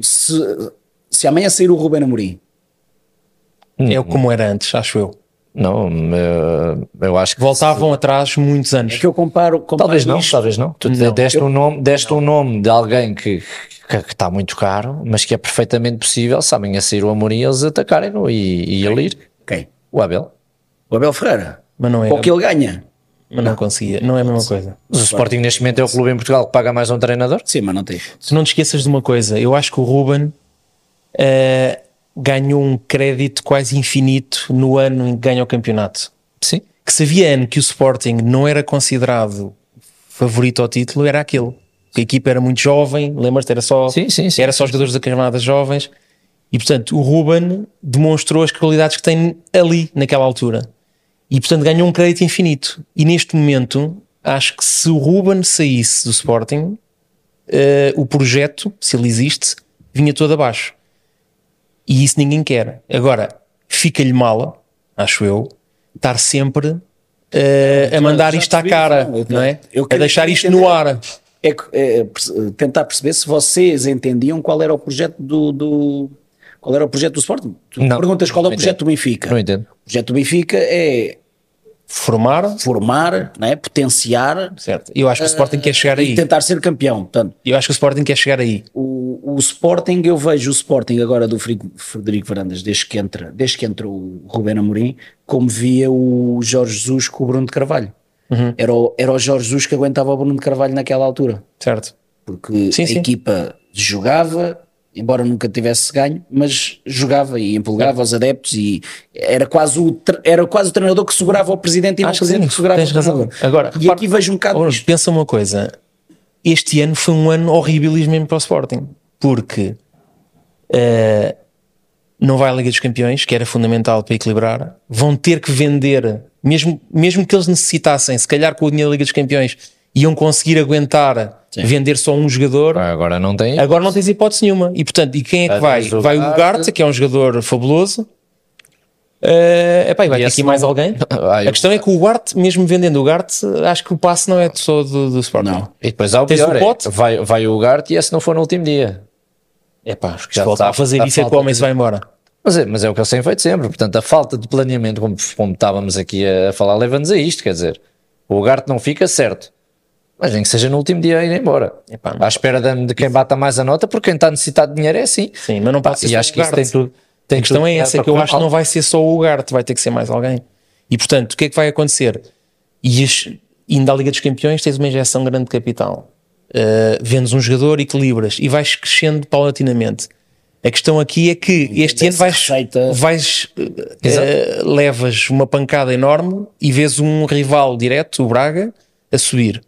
se, se amanhã sair o Ruben Amorim, É o como era antes, acho eu. Não, eh, eu acho que. Voltavam atrás muitos é anos. que eu comparo. comparo Talvez não, isto- talvez não. Tu Não. deste, um nome, deste um nome de alguém que, que, que está muito caro, mas que é perfeitamente possível, se amanhã sair o Amorim, eles atacarem-no e, e ele ir. Quem? O Abel. O Abel Ferreira. Mas não é. Ou que ele ganha. Mas não conseguia. Não é a mesma coisa. Mas o Sporting, neste momento, é o clube em Portugal que paga mais a um treinador. Sim, mas não tem. se não te esqueças de uma coisa, eu acho que o Ruben eh, ganhou um crédito quase infinito no ano em que ganha o campeonato. Sim. Que se havia ano que o Sporting não era considerado favorito ao título, era aquele. A equipa era muito jovem, lembras-te? Era só, Sim, sim, sim. era só jogadores da camada jovens. E portanto, o Ruben demonstrou as qualidades que tem ali, naquela altura. E portanto, ganhou um crédito infinito. E neste momento, acho que se o Ruben saísse do Sporting, eh, o projeto, se ele existe, vinha todo abaixo. E isso ninguém quer. Agora, fica-lhe mal, acho eu, estar sempre eh, a mandar já isto à percebi, cara, não, eu- não é? eu a queria deixar isto entender. no ar. É, que- é, perce- tentar perceber se vocês entendiam qual era o projeto do. do- qual era o projeto do Sporting? Tu Não. perguntas qual é o Não projeto do Benfica. Não entendo. O projeto do Benfica é formar, formar, não é? potenciar certo? Eu acho que o Sporting quer chegar e aí. tentar ser campeão. Portanto, Eu acho que o Sporting quer chegar aí. o, o Sporting, eu vejo o Sporting agora do Fri- Frederico Varandas, desde que entra, desde que entrou o Rubén Amorim, como via o Jorge Jesus com o Bruno de Carvalho. Era, o, era o Jorge Jesus que aguentava o Bruno de Carvalho naquela altura, Certo. porque Sim, a sim. equipa jogava, embora nunca tivesse ganho, mas jogava e empolgava os adeptos e era quase o, tre- era quase o treinador que segurava o presidente e não o Acho que presidente sim, que segurava tens o razão. treinador. Agora, e repara- aqui vejo um bocado Bruno, isto. pensa uma coisa. Este ano foi um ano horribilismo para o Sporting, porque eh, não vai à Liga dos Campeões, que era fundamental para equilibrar, vão ter que vender, mesmo, mesmo que eles necessitassem, se calhar com o dinheiro da Liga dos Campeões, iam conseguir aguentar vender só um jogador. Agora não tem. Agora não tens hipótese nenhuma. E portanto, e quem é que vai? Atrás do Vai o Ugarte. Ugarte, que é um jogador fabuloso. Eh, epá, e vai E ter esse aqui mais alguém? Vai, a questão é que o Ugarte, mesmo vendendo o Ugarte, acho que o passo não é só do, do Sporting. Não. E depois há o Tens pior, o é, pote? vai, vai o Ugarte e esse não for no último dia. Epá, acho que Já se voltar está- a fazer está isso é que o falta homem se vai embora. Mas é, mas é o que eles têm feito sempre. Portanto, a falta de planeamento, como, como estávamos aqui a, a falar, leva-nos a isto. Quer dizer, o Ugarte não fica certo, mas nem que seja no último dia a ir embora. Epá, não à espera de, de quem bata mais a nota, porque quem está necessitado de dinheiro é assim. Sim, mas não pode ser e só acho o que isso tem Ugarte. tudo. Tem A questão tudo é essa, para que eu correr acho que mal. não vai ser só o Ugarte, vai ter que ser mais alguém. E portanto, o que é que vai acontecer? E as- ainda a Liga dos Campeões tens uma injeção grande de capital. Uh, vendes um jogador, equilibras e vais crescendo paulatinamente. A questão aqui é que este ano dessa vais, receita. vais uh, Exato. uh, levas uma pancada enorme e vês um rival direto, o Braga, a subir.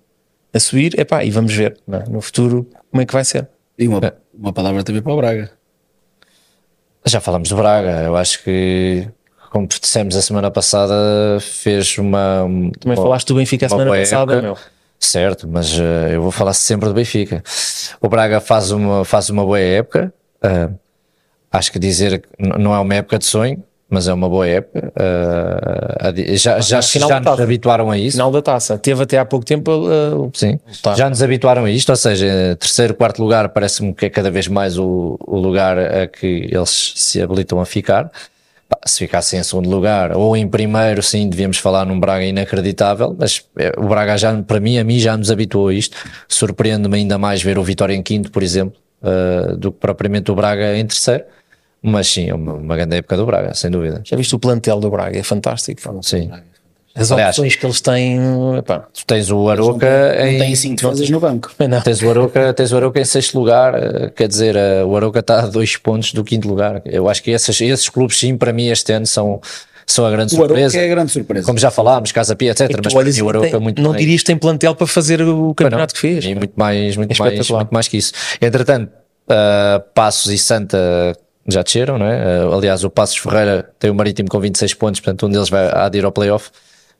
A subir, epá, e vamos ver não é? no futuro como é que vai ser. E é. uma, uma palavra também para o Braga. Já falamos do Braga, eu acho que, como dissemos a semana passada, fez uma. Também falaste do Benfica a uma semana boa passada, é época. meu. Certo, mas eh, eu vou falar sempre do Benfica. O Braga faz uma, faz uma boa época. eh, acho que dizer que n- não é uma época de sonho, mas é uma boa época. eh, a di- já já, final já nos metade. habituaram a isso. Final da taça. Teve até há pouco tempo uh, Sim, Tá. já nos habituaram a isto, ou seja, eh, terceiro, quarto lugar parece-me que é cada vez mais o, o lugar a que eles se habilitam a ficar. Pá, Se ficassem em segundo lugar ou em primeiro, sim, devíamos falar num Braga inacreditável, mas eh, o Braga já, para mim, a mim já nos habituou a isto. Surpreende-me ainda mais ver o Vitória em quinto, por exemplo, eh, do que propriamente o Braga em terceiro. Mas sim, é uma, uma grande época do Braga, sem dúvida. Já viste o plantel do Braga? É fantástico. pá. Sim, As Aliás- opções que eles têm. Epá, tu tens o Aroca É, Não em tem cinco defesas no banco. não. Tens o, Aroca, tens o Aroca em sexto lugar, eh, quer dizer, eh, o Aroca está a dois pontos do quinto lugar. Eu acho que esses, esses clubes, sim, para mim, este ano são, são a grande O Aroca surpresa. é a grande surpresa. Como já falámos, Casa Pia, etc. Tu mas para olhas mim, e o Aroca tem- é muito não bem. dirias que tem plantel para fazer o campeonato que fez. E muito mais, muito, mais, espetacular. muito mais que isso. Entretanto, ah, Passos e Santa já desceram, não é? Ah, aliás, o Passos Ferreira tem o Marítimo com 26 pontos, portanto, um deles vai há de ir ao playoff,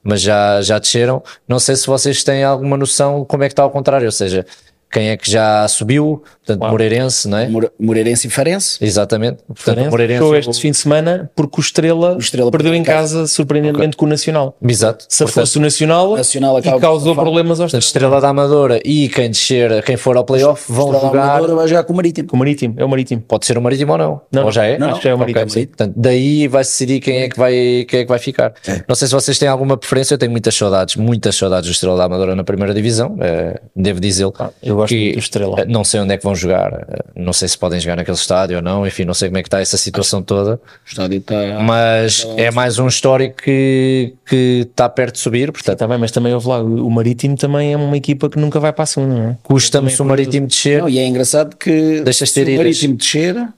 mas já, já desceram. Não sei se vocês têm alguma noção de como é que está ao contrário, ou seja, quem é que já subiu, portanto, Moreirense, não é? More- Moreirense e Farense. Exatamente. Portanto, Portanto, Moreirense. é Fechou este fim de semana porque o Estrela, Estrela perdeu em casa, surpreendentemente com o Nacional. Exato. Se Portanto, fosse o Nacional, Nacional acaba e por causou safar. problemas aos a Estrela da Amadora e quem descer, quem for ao playoff, vão Estrela jogar. Amadora vai jogar com o Marítimo. Com o Marítimo, é o Marítimo. Pode ser o Marítimo ou não? Não, ou já é? não, acho que é o Ok, Marítimo. sim. Portanto, daí vai se decidir quem é que vai, quem é que vai ficar. Não sei se vocês têm alguma preferência, eu tenho muitas saudades, muitas saudades do Estrela da Amadora na primeira divisão, eh, devo dizê-lo. Ah, eu gosto que, muito do Estrela. eh, Não sei onde é que vão jogar, eh, não sei se podem jogar naquele estádio ou não, enfim, não sei como é que está essa situação toda, O estádio está. mas Ah, é mais um histórico que, que está perto de subir, portanto, Está Tá bem, mas também houve lá. O Marítimo também é uma equipa que nunca vai para a segunda, não é? custa-me se o Marítimo descer, Não, e é engraçado que Deixas se ter o ilhas. Marítimo descer, não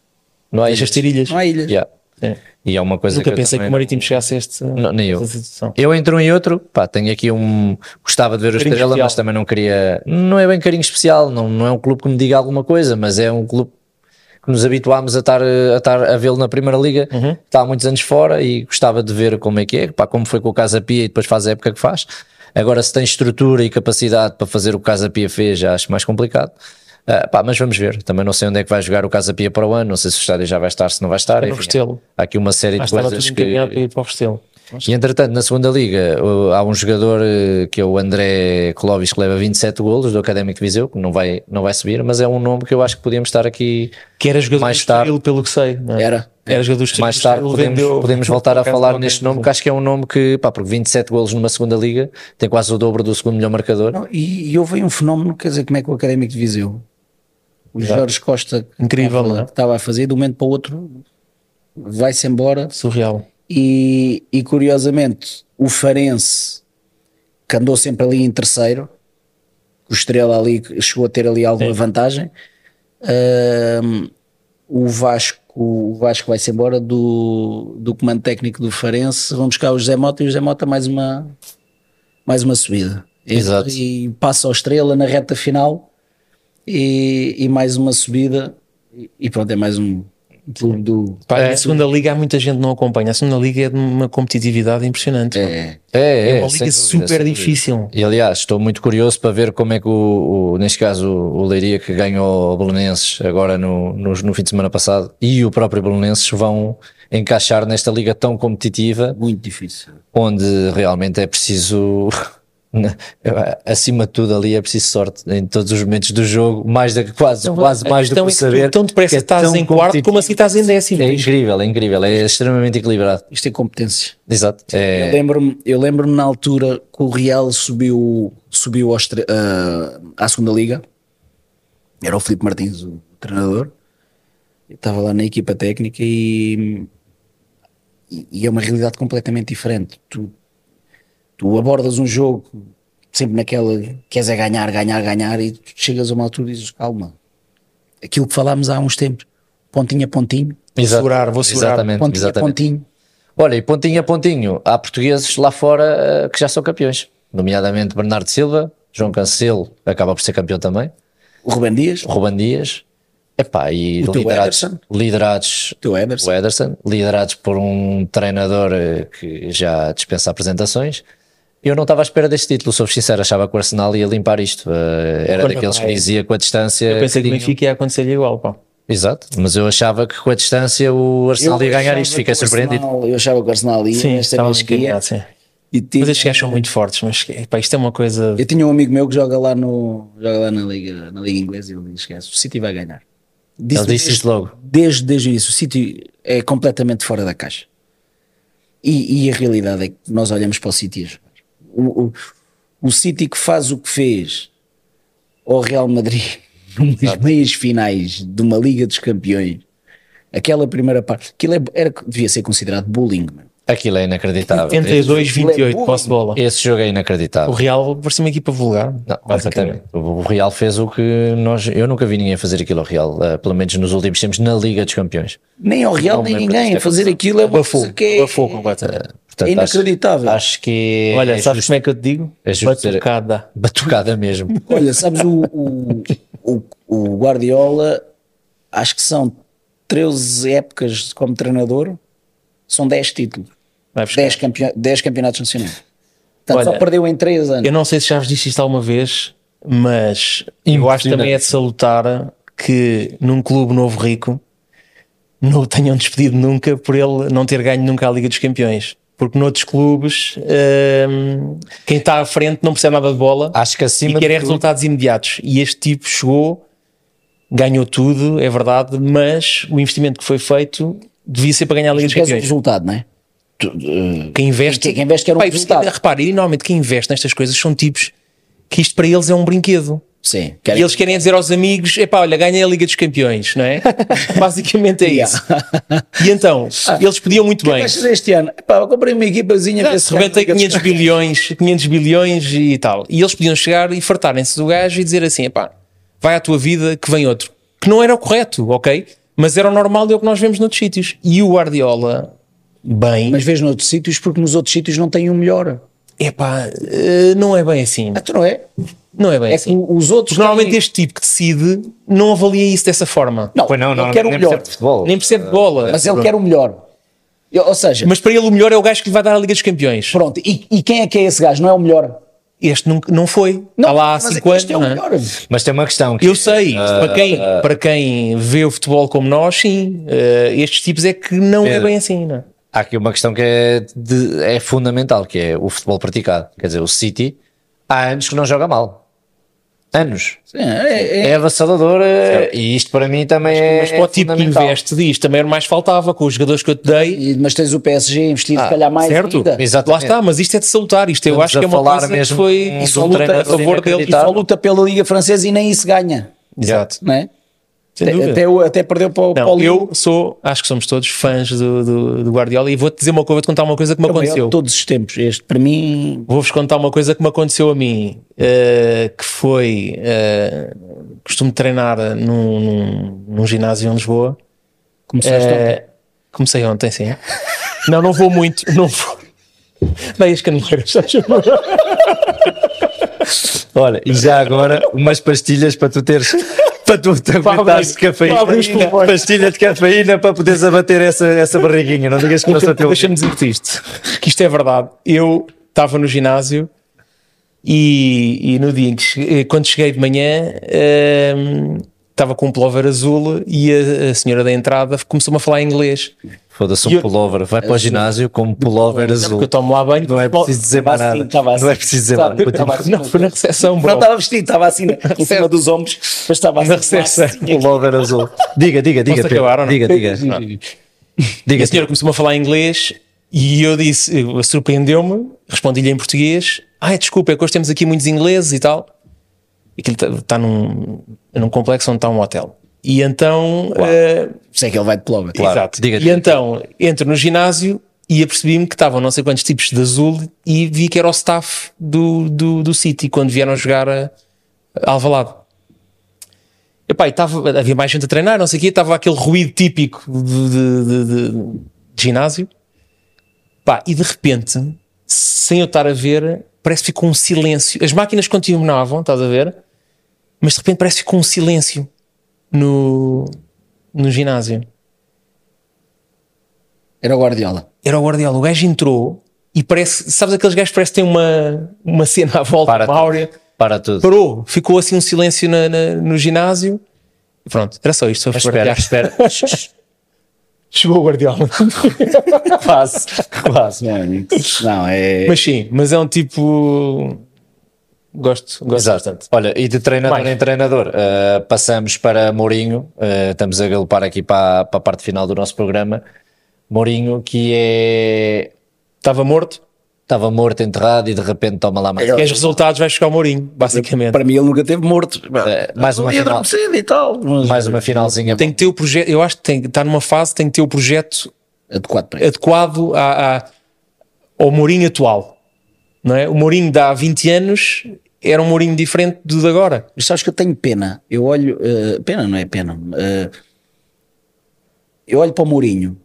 não é? Deixas ter ilhas. há ilhas. Yeah. É. E é uma coisa que Nunca eu pensei que também o Marítimo chegasse a este. Não, nem eu. esta situação. Eu entre um e outro, pá, tenho aqui um. Gostava de ver o Carinho Estrela, mas especial. também não queria. Não é bem carinho especial, não, não é um clube que me diga alguma coisa, mas é um clube que nos habituámos a estar a, estar a vê-lo na Primeira Liga. Uhum. Está há muitos anos fora e gostava de ver como é que é, pá, como foi com o Casa Pia e depois faz a época que faz. Agora, se tem estrutura e capacidade para fazer o que o Casa Pia fez, já acho mais complicado. Ah, pá, mas vamos ver. Também não sei onde é que vai jogar o Casa Pia para o ano, não sei se o estádio já vai estar, se não vai estar. É no enfim, Restelo. Há aqui uma série Ah, de estava tudo coisas encaminhado que, para ir para o Restelo. e entretanto, na segunda liga, o- há um jogador eh, que é o André Clóvis, que leva 27 golos do Académico de Viseu, que não vai, não vai subir, mas é um nome que eu acho que podíamos estar aqui. Que era jogador Mais mais tarde. tarde. pelo que sei. não é? Era, Era jogador dos Mais Tigres, tarde ele podemos, vendeu- podemos voltar a por acaso falar qualquer neste coisa. nome, que acho que é um nome que, pá, porque 27 golos numa segunda liga, tem quase o dobro do segundo melhor marcador. Não, e, e houve aí um fenómeno, quer dizer, como é que o Académico de Viseu, o Jorge Costa, que Incrível, estava- não é? que estava a fazer, de um momento para o outro, vai-se embora Surreal. e, e, curiosamente o Farense, que andou sempre ali em terceiro, o Estrela ali que chegou a ter ali alguma vantagem, ahm, o Vasco o Vasco vai-se embora do, do comando técnico do Farense, vão buscar o José Mota e o José Mota mais uma, mais uma subida. Exato. E passa ao Estrela na reta final e, e mais uma subida e, e pronto, é mais um clube do... Pá, É. A segunda liga há muita gente que não acompanha. A segunda liga é de uma competitividade impressionante. pá. É, É, É, é, uma sem dúvida, sem liga super dúvida. difícil. E aliás, estou muito curioso para ver como é que o, o- neste caso, o Leiria que ganhou o Belenenses agora no, no, no fim de semana passado e o próprio Belenenses vão encaixar nesta liga tão competitiva, muito difícil. onde realmente é preciso, né, acima de tudo, ali é preciso sorte em todos os momentos do jogo, mais da, quase, quase mais do que então, o saber. Tão depressa que é estás tão em quarto, como competitivo. assim estás em décimo. É incrível, é incrível, é extremamente equilibrado. Isto é competência. Exato. É- Eu lembro-me eu lembro na altura que o Real subiu, subiu ao estre- ah, à segunda liga. Era o Filipe Martins, o treinador. Eu estava lá na equipa técnica e, e- e é uma realidade completamente diferente. Tu, tu abordas um jogo sempre naquela queres é ganhar, ganhar, ganhar e tu chegas a uma altura e dizes calma. Aquilo que falámos há uns tempos, pontinho a pontinho, Exato. segurar, vou segurar. Exatamente, pontinho a exatamente. pontinho. Olha, e pontinho a pontinho, há portugueses lá fora eh, que já são campeões, nomeadamente Bernardo Silva, João Cancelo, acaba por ser campeão também, O Rubem Dias, o Ruban Dias, epá, e O teu liderados, Ederson. liderados, teu Ederson. o Ederson, liderados por um treinador eh, que já dispensa apresentações. Eu não estava à espera deste título, sou sincero, achava que o Arsenal ia limpar isto. eh, era Olha, daqueles pá, que é. dizia com a distância. Eu pensei que o tinha- Benfica ia acontecer igual. Pá. Exato, mas eu achava que com a distância o Arsenal ia ganhar achava isto, que fiquei o surpreendido. Arsenal- eu achava que o Arsenal ia, Sim, é esta estava vez que ia. encaminhado, sim. E tinha- Mas estes gajos são muito fortes, mas pá, isto é uma coisa. eu tinha um amigo meu que joga lá, no, joga lá na, Liga, na Liga Inglesa e ele disse: esquece, o City vai ganhar. Disse-me Ele disse isto logo. Desde, desde o início, o City é completamente fora da caixa. E, e a realidade é que nós olhamos para o City a jogar. O, o, o City que faz o que fez ao Real Madrid nas meias finais de uma Liga dos Campeões, aquela primeira parte, aquilo é- era, devia ser considerado bullying. Meu. Aquilo é inacreditável. Este- 82, 28, posse de bola. Esse jogo é O inacreditável. Real parecia uma equipa vulgar. Não, completamente. O Real fez o que nós. Eu nunca vi ninguém fazer aquilo ao Real, eh, pelo menos nos últimos tempos, na Liga dos Campeões. Nem ao Real, Não nem me lembro ninguém. desta Fazer confusão. aquilo é uma Abafou, coisa que é, abafou completamente. Portanto, é inacreditável. Acho, acho que. é- Olha, é sabes justo- como é que eu te digo? é justo dizer- Batucada. Batucada mesmo. Olha, sabes, o, o, o, o Guardiola, acho que são 13 épocas como treinador, são 10 títulos, Vai buscar. 10, campeon 10 campeonatos nacionais. Portanto, Olha, só perdeu em 3 anos. Eu não sei se já vos disse isto alguma vez, mas eu acho que também é de salutar que num clube novo rico não o tenham despedido nunca por ele não ter ganho nunca a Liga dos Campeões. Porque noutros clubes, hum, quem está à frente não percebe nada de bola Acho que e Ah, é acima de querem tudo, resultados imediatos. E este tipo chegou, ganhou tudo, é verdade, mas o investimento que foi feito devia ser para ganhar a Liga dos Tu queres o Campeões. resultado, não é? Tu, eh, Quem investe. Quem- quem investe quer um Pá, e porque, resultado. Repare, e normalmente quem investe nestas coisas são tipos que isto para eles é um brinquedo. sim, E eles querem dizer aos amigos: epá, olha, ganhei a Liga dos Campeões, não é? Basicamente é isso. E então, Ah. eles podiam muito bem. Mas este ano, Epá, eu comprei uma equipazinha. Não, ver Se rebentei ganha a Liga 500 bilhões, 500 bilhões e tal. E eles podiam chegar e fartarem-se do gajo e dizer assim: epá, vai à tua vida que vem outro. Que não era o correto, ok? Mas era o normal e é o que nós vemos noutros sítios. E o Guardiola, bem, dos- Mas vês noutros sítios, porque nos outros sítios não tem o melhor. epá, eh, não é bem assim. Ah, tu não é? Não é bem É que assim. os outros. Porque normalmente têm- este tipo que decide não avalia isso dessa forma. Não, Pois não, não, ele quer o nem melhor. percebe de futebol. Nem percebe de bola. Mas ele quer o melhor. Eu- Ou seja, Mas para ele o melhor é o gajo que lhe vai dar a Liga dos Campeões. pronto, e, e quem é que é esse gajo? Não é o melhor? Este nunca, não foi. Está lá há mas 5 anos. Este é o não é? melhor. Mas tem uma questão. Que Eu sei, Ah, para, quem, para quem vê o futebol como nós, sim, eh, estes tipos é que não é Pedro. bem assim, não é? Há aqui uma questão que é, de- é fundamental, que é o futebol praticado. Quer dizer, o City há anos que não joga mal. anos. Sim, é- é- É avassalador é, e isto para mim também é. Mas para o tipo que fundamental. investe diz, também era mais faltava com os jogadores que eu te dei. e- mas tens o PSG investido, se calhar, mais certo? ainda. Exatamente. Lá está, mas isto é de salutar. Isto eu Estamos acho que a é uma falar coisa mesmo que foi de um e só luta a treinador favor dele. E só luta pela Liga Francesa e nem isso ganha. Exato. Não é? Sem Até- dúvida. Até, o- até perdeu para o, para o Não, Lille. eu sou, acho que somos todos fãs do, do, do Guardiola e vou-te dizer uma coisa, vou-te contar uma coisa que me É o maior aconteceu. de todos os tempos. Este, para mim, Vou-vos contar uma coisa que me aconteceu a mim, eh, que foi, eh, costumo treinar num, num, num ginásio em Lisboa. começaste É. Eh, comecei ontem, sim. Não, não vou muito, não vou. Dei as caneiras, sabes? é Olha, e já agora umas pastilhas para tu teres. Para tu te aguentares de para abrir os cafeína, pulmões. pastilha de cafeína para poderes abater essa, essa barriguinha. Não digas que não sou teu. Deixa-me dizer-te isto, que isto é verdade. Eu estava no ginásio e, e no dia em que cheguei- eh, quando cheguei de manhã ehm, estava com um plover azul e a, a senhora da entrada começou-me a falar em inglês. Foda-se E um eu- pullover. Vai para o ginásio com um pullover Porque azul. eu tomo lá banho. Não é preciso dizer mais assim, nada. estava assim. Não é preciso dizer Sabe, mais nada. estava assim. Não, foi na recepção, Não bro. estava vestido, estava assim em cima dos ombros, mas estava assim. Na recepção. Pullover azul. Diga, diga, diga. Posso Pedro. acabar ou não? Diga, diga. E Diga, a senhora começou-me a falar inglês e eu disse, eu- surpreendeu-me, respondi-lhe em português. Ai, desculpa, é que hoje temos aqui muitos ingleses e tal. E aquilo está tá num, num complexo onde está um hotel. E então. eh, Sei que ele vai de plover. Exato. Diga, e diga. então entro no ginásio e apercebi-me que estavam não sei quantos tipos de azul e vi que era o staff do, do, do City quando vieram jogar a, a Alvalade. Epá, e tava, havia mais gente a treinar, não sei o quê, estava aquele ruído típico de, de- de- de- de ginásio. Pá, e de repente, sem eu estar a ver, parece que ficou um silêncio. As máquinas continuavam, estás a ver? Mas de repente parece que ficou um silêncio no, no ginásio. Era o Guardiola. era o Guardiola. O gajo entrou e parece, sabes aqueles gajos que parece que têm uma, uma cena à volta, Para uma tudo. áurea. Para tudo. Parou, ficou assim um silêncio na- na- no ginásio. E pronto, era só isto. Só Mas fui espera, partilhar. espera. Chegou o Guardiola. Quase, quase. Não, não, é. mas sim, mas é um tipo. Gosto, gosto Exato. bastante. Olha, e de treinador Mais. em treinador, uh, passamos para Mourinho, uh, estamos a galopar aqui para, para a parte final do nosso programa. Mourinho, que é. Estava morto, Estava morto, enterrado e de repente toma lá mais. Eu- queres resultados, vai chegar o Mourinho, basicamente. Para mim, ele nunca teve morto. É, mais uma Ele ia final. adormecido e tal. mas- Mais uma finalzinha. Tem que ter o projeto, eu acho que tem, está numa fase, tem que ter o projeto Adequado para ele. adequado à- à- ao Mourinho atual. Não é? O Mourinho de há 20 anos era um Mourinho diferente do de agora. Mas sabes que eu tenho pena. Eu olho. eh, pena não é pena. eh, eu olho para o Mourinho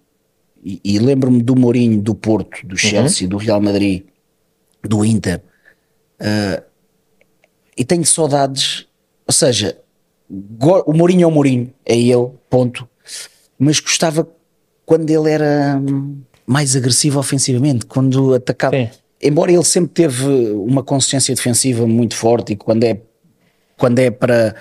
e, e lembro-me do Mourinho, do Porto, do Chelsea, do Real Madrid, do Inter. eh, e tenho saudades. Ou seja, go- o Mourinho é o Mourinho, é ele, ponto. Mas gostava quando ele era hum, mais agressivo ofensivamente, quando atacava. Sim. Embora ele sempre teve uma consciência defensiva muito forte e quando é quando é para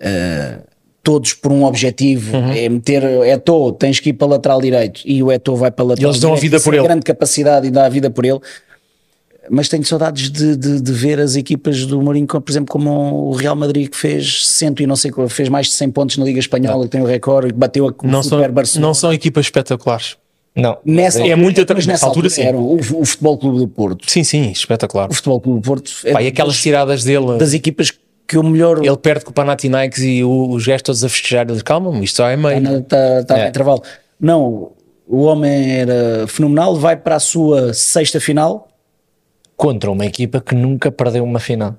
eh, todos por um objetivo, Uhum. é meter Eto, tens que ir para lateral direito e o Eto vai para lateral eles dão a direito, vida isso por é ele. grande capacidade e dá a vida por ele. Mas tenho saudades de, de- de ver as equipas do Mourinho, como, por exemplo, como o Real Madrid que fez cento e não sei qual- fez mais de 100 pontos na Liga Espanhola, que tem o recorde, que bateu a com o Tá. Não são, Super Barcelona. não são equipas espetaculares. Não, Nessa É muito atra- mas nessa nessa altura, altura, sim. era o, o Futebol Clube do Porto. Sim, sim, espetacular. O Futebol Clube do Porto é Pá, e aquelas tiradas dele, das equipas que eu melhor ele perde com o Panathinaikos e o- os gajos todos a festejar. Ele diz: calma, isto já é meio. está tá É. em intervalo. Não, o homem era fenomenal, vai para a sua sexta final. contra uma equipa que nunca perdeu uma final.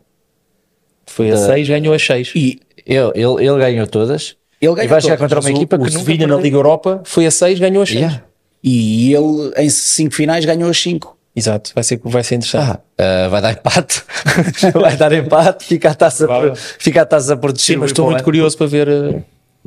Foi a 6, ganhou a 6. E Ele, ele, ele ganhou todas. Ele ganhou e vai chegar todas, contra uma mas equipa o que nunca Sevilha na perdeu. Liga Europa foi a 6, ganhou a 6. Yeah. E ele, em cinco finais, ganhou as cinco. Exato, vai ser, vai ser interessante. Ah, vai dar empate, vai dar empate, fica a taça por, Provável. fica a taça por descer. é. sim, mas estou muito curioso para ver. eh,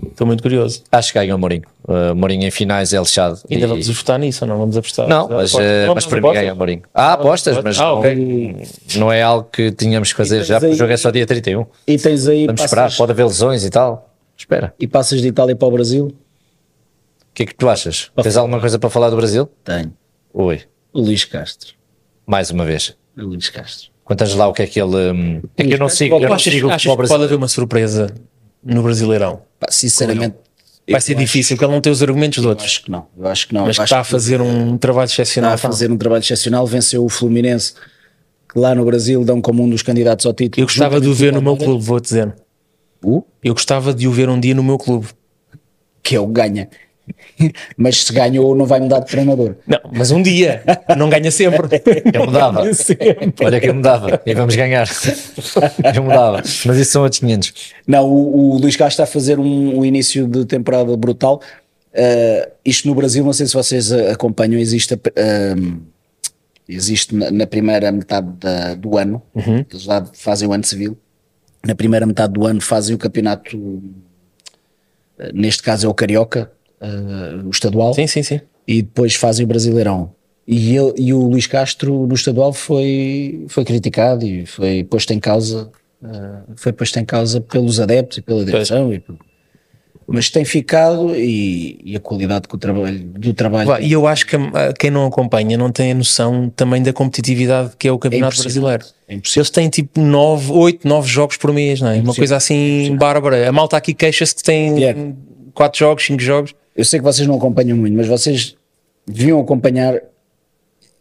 Estou muito curioso. Acho que ganha o Mourinho. Uh, Mourinho em finais é lixado. Ainda E- vamos apostar nisso ou não? Vamos apostar. Não, mas, Apostas? eh, Não, mas não para mim apostas? ganha o Mourinho. Ah, apostas, mas Ah, não, ok. não é algo que tínhamos que fazer já, porque o jogo é só dia 31. E tens aí. Vamos passas- esperar, pode haver lesões e tal. Espera. E passas de Itália para o Brasil? O que é que tu achas? Tens alguma coisa para falar do Brasil? Tenho. Oi, O Luís Castro. mais uma vez. O Luís Castro. Contas lá o que é que ele. hum, É que eu não sigo, eu Tu não achas, sigo o achas futebol que pode brasileiro. haver uma surpresa no Brasileirão? Pá, sinceramente, Vai eu ser acho- difícil, porque ele não tem os argumentos de eu outros. Acho que não. Eu acho que não. Mas Eu que acho está a que fazer um trabalho está excepcional. a fazer um trabalho excepcional. Venceu o Fluminense, que lá no Brasil dão como um dos candidatos ao título. Eu gostava de o ver no meu clube, vou dizer. O? Eu gostava de o ver um dia no meu clube. Que é o que ganha. Mas se ganhou, não vai mudar de treinador. Não, mas um dia. Não ganha sempre. Eu mudava. Ganha sempre. Olha que eu mudava. E vamos ganhar. Eu mudava. Mas isso são outros 500. Não, o, o Luís Castro está a fazer um, um início de temporada brutal. Uh, isto no Brasil, não sei se vocês uh, acompanham, existe, a pr- um, existe na, na primeira metade da- do ano, eles lá fazem o ano civil, na primeira metade do ano fazem o campeonato, uh, neste caso é o Carioca, uh, o estadual, Sim, sim, sim. e depois fazem o Brasileirão. E, ele, e o Luís Castro no estadual foi, foi criticado e foi posto em causa eh, foi posto em causa pelos adeptos e pela direção e pelo- mas tem ficado e, e a qualidade que o trabalho, do trabalho Vá, E eu acho que ah, quem não acompanha não tem a noção também da competitividade que é o Campeonato impressionante. Brasileiro. é Eles têm tipo 9, 8, 9 jogos por mês, não é? Uma coisa assim bárbara. A malta aqui queixa-se que Yeah. tem 4 jogos, 5 jogos. Eu sei que vocês não acompanham muito, mas vocês deviam acompanhar.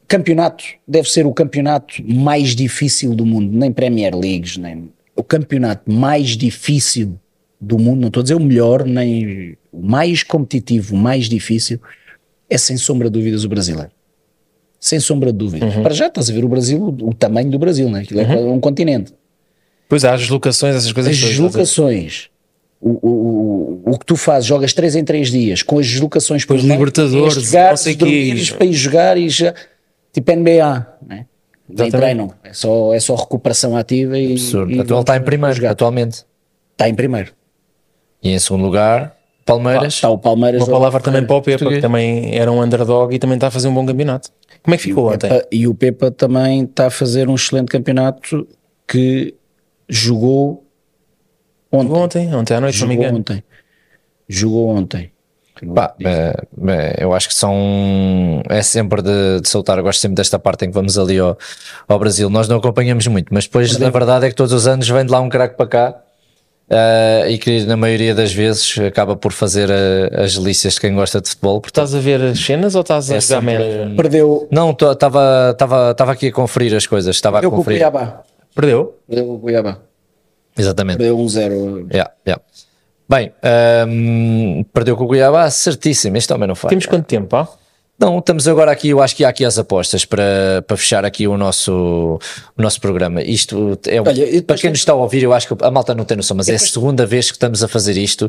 Campeonato deve ser o campeonato mais difícil do mundo, nem Premier Leagues, nem o campeonato mais difícil do mundo. Não estou a dizer o melhor, nem o mais competitivo, o mais difícil. É sem sombra de dúvidas o brasileiro. Sem sombra de dúvidas. Para já estás a ver o Brasil, o o tamanho do Brasil, né? aquilo é um continente Pois há as locações, essas coisas. as todas. deslocações. O, o, o, o que tu fazes, jogas 3 em 3 dias com as deslocações por Pois, meio, Libertadores, tens de jogar, não sei de dormires quê. para ir jogar e já tipo NBA, né? nem Exatamente. treinam, é só, é só recuperação ativa e, Absurdo. e Atual Então, está em primeiro, atualmente. está em primeiro. E em segundo lugar, Palmeiras. Está o Palmeiras Uma lá. palavra também para o Pepa, Português. que também era um underdog e também está a fazer um bom campeonato. Como é que ficou ontem? Pepa- e o Pepa também está a fazer um excelente campeonato que jogou Jogou ontem, ontem à noite, se não me jogou engano. ontem. Jogou ontem. Pá, eh, eh, eu acho que são. É sempre de, de soltar. Eu gosto sempre desta parte em que vamos ali ao, ao Brasil. Nós não acompanhamos muito, mas depois, na verdade, é que todos os anos vem de lá um craque para cá eh, e que, na maioria das vezes, acaba por fazer eh, as delícias de quem gosta de futebol. Portanto, Estás a ver as cenas ou estás a é jogar sempre- merda? Perdeu, Não, estava aqui a conferir as coisas. Estava a perdeu com o conferir. Cuiabá. Perdeu? Perdeu com o Cuiabá. Exatamente. Perdeu 1-0. É. Yeah, yeah. Bem, ahm, perdeu com o Cuiabá, certíssimo. Este homem não faz. Temos quanto tempo, pá? Não, estamos agora aqui, eu acho que há aqui as apostas para, para fechar aqui o nosso, o nosso programa. Isto é um- Olha, e depois para quem temos- nos está a ouvir, eu acho que a malta não tem noção, mas é a segunda vez que estamos a fazer isto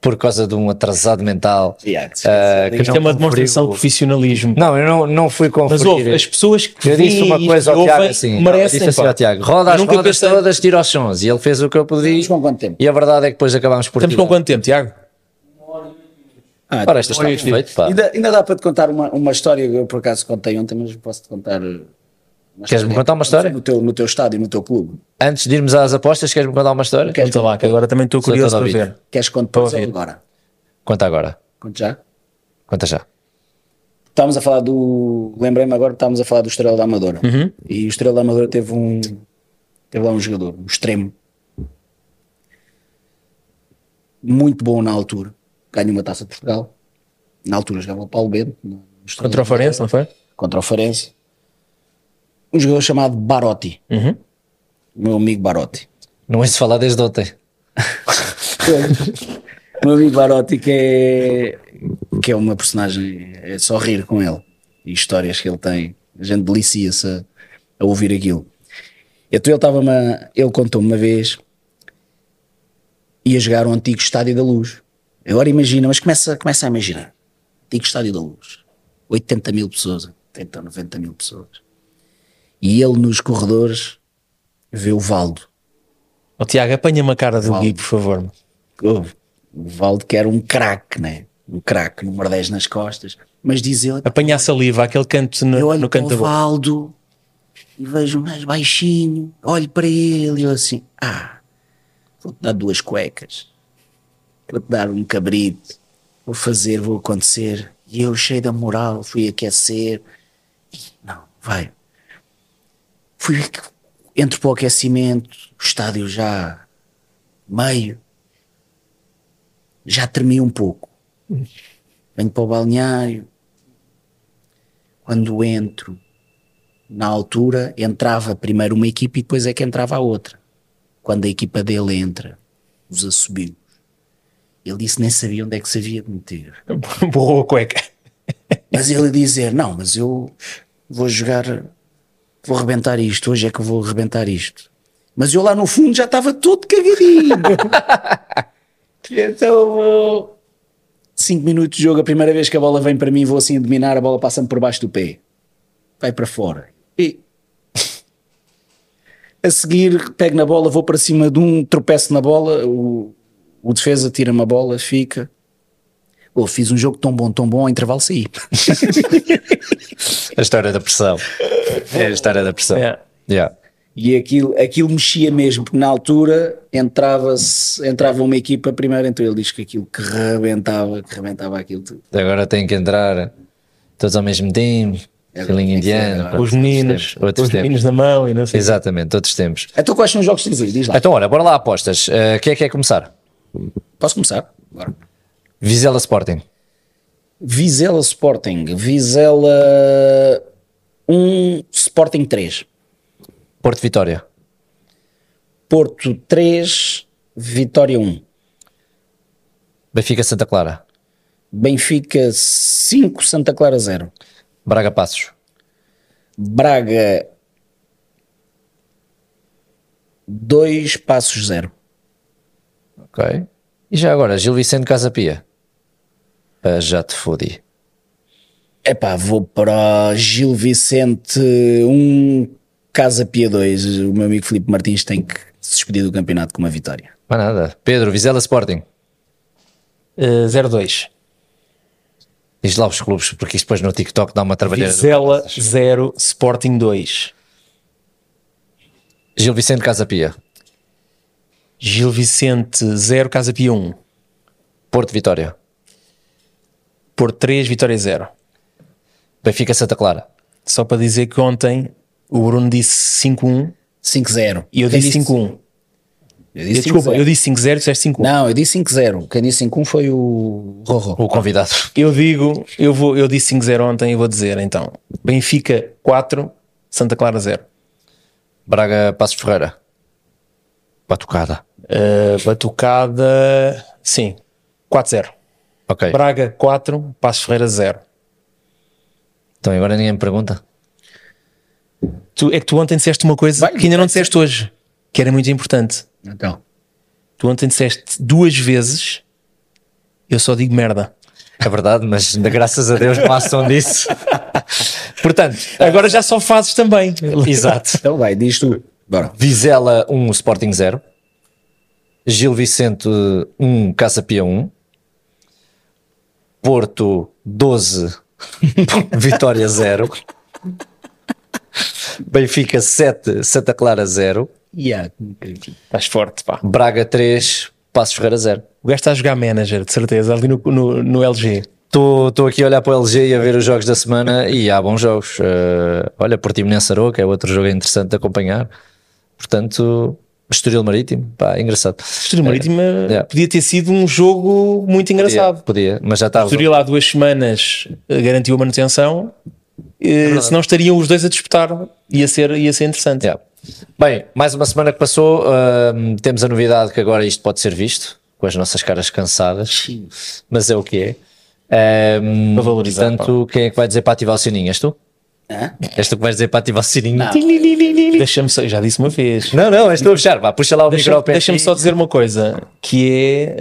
por causa de um atrasado mental. Yeah, ah, que Isto não é uma conferiu- demonstração de profissionalismo. Não, eu não, não fui conferir. Mas ouve, as pessoas que Eu disse veem uma isto coisa e ao Tiago ouvem assim, merecem, disse assim pá. ao Tiago, roda as Nunca rodas pensei- todas, tira os sons. E ele fez o que eu pedi Estamos com quanto tempo? e a verdade é que depois acabámos por Estamos tirar. com quanto tempo, Tiago? Ah, Ora, esta está Olha isto. perfeito, pá. ainda, ainda dá para te contar uma, uma história que eu por acaso contei ontem, mas posso-te contar. eh, uma Queres-me história. contar uma história? No teu, no teu estádio, no teu clube. Antes de irmos às apostas, queres-me contar uma história? Queres, Conta lá, que agora também estou curioso para todo ouvido. ver. queres contar Para posso ouvir. agora? Conta agora. Conto já? Conta já. Estávamos a falar do. Lembrei-me agora que estávamos a falar do Estrela da Amadora. Uhum. E o Estrela da Amadora teve um. Teve lá um jogador, um extremo. Muito bom na altura. Ganhou uma taça de Portugal. Na altura jogava o Paulo Bento. no Estrela Contra o da Farense, não foi? contra o Farense. Um jogador chamado Barotti. O Meu amigo Barotti. Não ouço falar desde ontem. o meu amigo Barotti que é, que é uma personagem, é só rir com ele. E histórias que ele tem. A gente delicia-se a, a ouvir aquilo. Então ele estava ele contou-me uma vez ia jogar o antigo Estádio da Luz. Agora imagina, mas começa, começa a imaginar. Antigo Estádio da Luz. 80 mil pessoas, 80 ou 90 mil pessoas. E ele nos corredores vê o Valdo. Ó Tiago, apanha-me a cara do Vale. Gui, por favor. Houve. O Valdo que era um craque, né? Um craque, número 10 nas costas. Mas diz ele, Apanha a saliva, aquele canto eu no, olho no para canto da o boca. Valdo e vejo um mais baixinho, olho para ele e eu assim, ah, vou-te dar duas cuecas, vou-te dar um cabrito, vou fazer, vou acontecer. E eu cheio da moral, fui aquecer. E, não, vai. Fui, entre para o aquecimento, o estádio já meio, já tremia um pouco. Hum. Venho para o balneário, quando entro, na altura entrava primeiro uma equipa e depois é que entrava a outra. Quando a equipa dele entra, os assobimos. Ele disse nem sabia onde é que se havia de meter. Borrou a cueca. Mas ele a dizer, não, mas eu vou jogar, vou rebentar isto, hoje é que eu vou rebentar isto. Mas eu lá no fundo já estava todo cagadinho. então eu vou... Cinco minutos de jogo, a primeira vez que a bola vem para mim, vou assim a dominar, a bola passa-me por baixo do pé. Vai para fora. E... A seguir, pego na bola, vou para cima de um, tropeço na bola, o, o defesa tira-me a bola, fica. Oh, fiz um jogo tão bom, tão bom, ao intervalo saí. A história da pressão. É a história da pressão. É. Yeah. E aquilo, aquilo mexia mesmo, porque na altura entrava-se, entrava uma equipa primeiro, então ele diz que aquilo que rebentava, que rebentava aquilo tudo. Agora tem que entrar todos ao mesmo tempo, É, filhinho tem que ser indiano. agora. pronto, Os outros meninos, tempos, outros os tempos. meninos na mão e não sei. Exatamente, outros tempos. Então quais são os jogos que tens aí? Diz lá. Então, ora, bora lá, apostas. Eh, quem é que quer começar? Posso começar? Bora. Vizela Sporting. Vizela Sporting. Vizela 1, Sporting 3. Porto Vitória. Porto 3, Vitória 1. Benfica Santa Clara. Benfica 5, Santa Clara 0. Braga Passos. Braga 2, Passos 0. Ok. E já agora, Gil Vicente Casapia. Ah, já te fodi. Epá, vou para Gil Vicente 1, Casa Pia 2. O meu amigo Filipe Martins tem que se despedir do campeonato com uma vitória. Mas nada. Pedro, Vizela Sporting. Eh, 0-2. Diz lá os clubes, porque isto depois no TikTok dá uma trabalheira. Vizela 0, Sporting 2. Gil Vicente Casapia. Gil Vicente 0, Casa Pia 1. Porto Vitória. Porto 3, Vitória 0. Benfica Santa Clara. Só para dizer que ontem o Bruno disse 5-1 5-0. e eu Quem disse 5-1. Eu Eu, disse Desculpa, 5-0. eu disse 5-0 e disseste 5-1. Não, eu disse 5-0. Quem disse 5-1 foi o Rorro. O convidado. Eu digo, eu, vou, eu disse 5-0 ontem e vou dizer então: Benfica 4, Santa Clara 0. Braga Passos Ferreira. Batucada. Eh, batucada, sim, 4-0. Ok. Braga 4, Passos Ferreira 0. Então agora ninguém me pergunta. Tu, é que tu ontem disseste uma coisa Vai, é que ainda não disseste hoje, que era muito importante. Então, Tu ontem disseste duas vezes, eu só digo merda. É verdade, mas graças a Deus não há som disso. Portanto, Agora já só fazes também. exato. então vai, diz tu. Bora. Vizela 1, Sporting 0. Gil Vicente 1, Caçapia 1. Porto 12, Vitória 0. Benfica 7, Santa Clara 0. Yeah. um Estás forte, pá. Braga 3, Passos Ferreira 0. O gajo está a jogar manager, de certeza, ali no, no, no LG. Estou aqui a olhar para o LG e a ver os jogos da semana e há bons jogos. Eh, olha, Portimonense Aroca é outro jogo interessante de acompanhar. Portanto, Estoril Marítimo, pá, é engraçado. Estoril Marítimo eh, Yeah. podia ter sido um jogo muito engraçado. Eh, Podia, mas já estava. Estoril há duas semanas eh, garantiu a manutenção, eh, senão estariam os dois a disputar. Ia ser, ia ser interessante. Yeah. Bem, mais uma semana que passou, hum, temos a novidade que agora isto pode ser visto, com as nossas caras cansadas, mas é o que é. Hum, Para valorizar, Portanto, quem é que vai dizer para ativar o sininho? És tu? És tu que vais dizer para ativar o sininho? Não. Deixa-me só, já disse uma vez. Não, não, és tu a puxar, vá, puxa lá o Deixa- micro ao pé. Deixa-me só dizer uma coisa: que é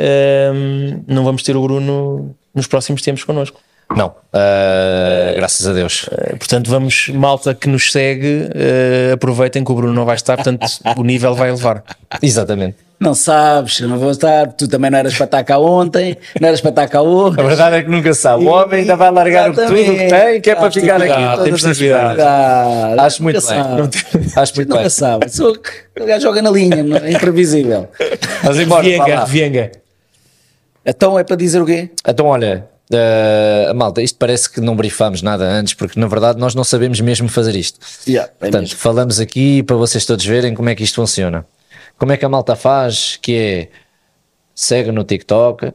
ehm, não vamos ter o Bruno nos próximos tempos connosco. Não, ah, graças a Deus. Eh, Portanto, vamos, malta que nos segue, eh, aproveitem que o Bruno não vai estar, portanto, o nível vai elevar. Ah. Exatamente. Não sabes, eu não vou estar. Tu também não eras para estar cá ontem, não eras para estar cá hoje. A verdade é que nunca sabe. O homem ainda vai largar o que tudo que tem, que é para ficar aqui. cuidado, todas temos as de cuidar. tardes. Ah, Acho muito nunca bem. sabe. Acho muito bem. Nunca sabe. Sou- O gajo joga na linha, não é imprevisível. Mas embora, vá Revienga, lá. revienga. Então é para dizer o quê? Então, olha, eh, malta, isto parece que não brifámos nada antes, porque na verdade nós não sabemos mesmo fazer isto. Yeah, é Portanto, mesmo. falamos aqui para vocês todos verem como é que isto funciona. Como é que a malta faz? Que é segue no TikTok.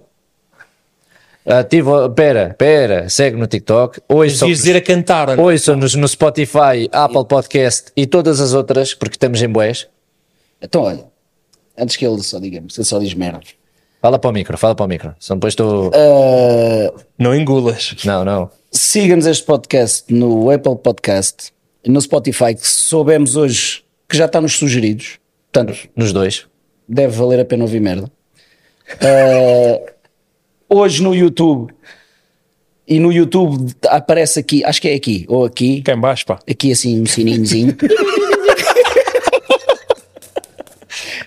Ativa, pera, pera, segue no TikTok. Ouçam- Devias dizer a cantar. Ana. Ouçam-nos no Spotify, Apple Podcast e todas as outras, porque estamos em boés. Então, olha, antes que ele só diga, ele só diz merda. Fala para o micro, fala para o micro. Senão depois tu. Não engulas. Não, não. Ah, Siga-nos este podcast no Apple Podcast, no Spotify, que soubemos hoje que já está nos sugeridos. Portanto, Nos dois. deve valer a pena ouvir merda. Eh, hoje no YouTube. E no YouTube aparece aqui, acho que é aqui, ou aqui, Cá em baixo, pá. aqui assim um sininhozinho.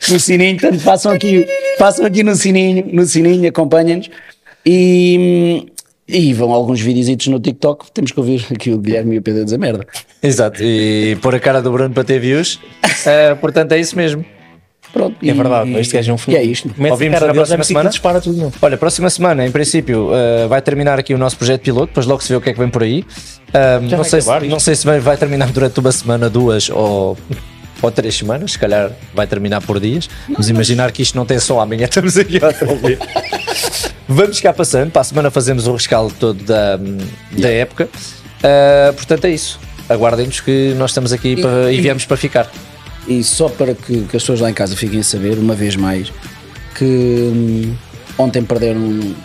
no Um sininho, portanto, façam aqui, façam aqui no sininho, no sininho, acompanhem-nos e, e vão alguns videozitos no TikTok, temos que ouvir aqui o Guilherme e o Pedro dizer merda. Exato. E pôr a cara do Bruno para ter views. Eh, portanto, é isso mesmo. Pronto, É verdade, este gajo é um E filme. é isto. Mete Ouvimos a cara na dele, próxima deve-se semana? que dispara tudo. Não. Olha, próxima semana, em princípio, uh, vai terminar aqui o nosso projeto piloto, depois logo se vê o que é que vem por aí. Um, não, vai sei se, acabar isto? não sei se vai, vai terminar durante uma semana, duas ou, ou três semanas, se calhar vai terminar por dias. Vamos imaginar que isto não tem só amanhã, estamos aqui outra vez. Vamos cá passando, para a semana fazemos o rescaldo todo da, da época. Uh, portanto, é isso. Aguardem-nos que nós estamos aqui para, e viemos para ficar. E só para que, que as pessoas lá em casa fiquem a saber, uma vez mais, que hum, ontem perderam um,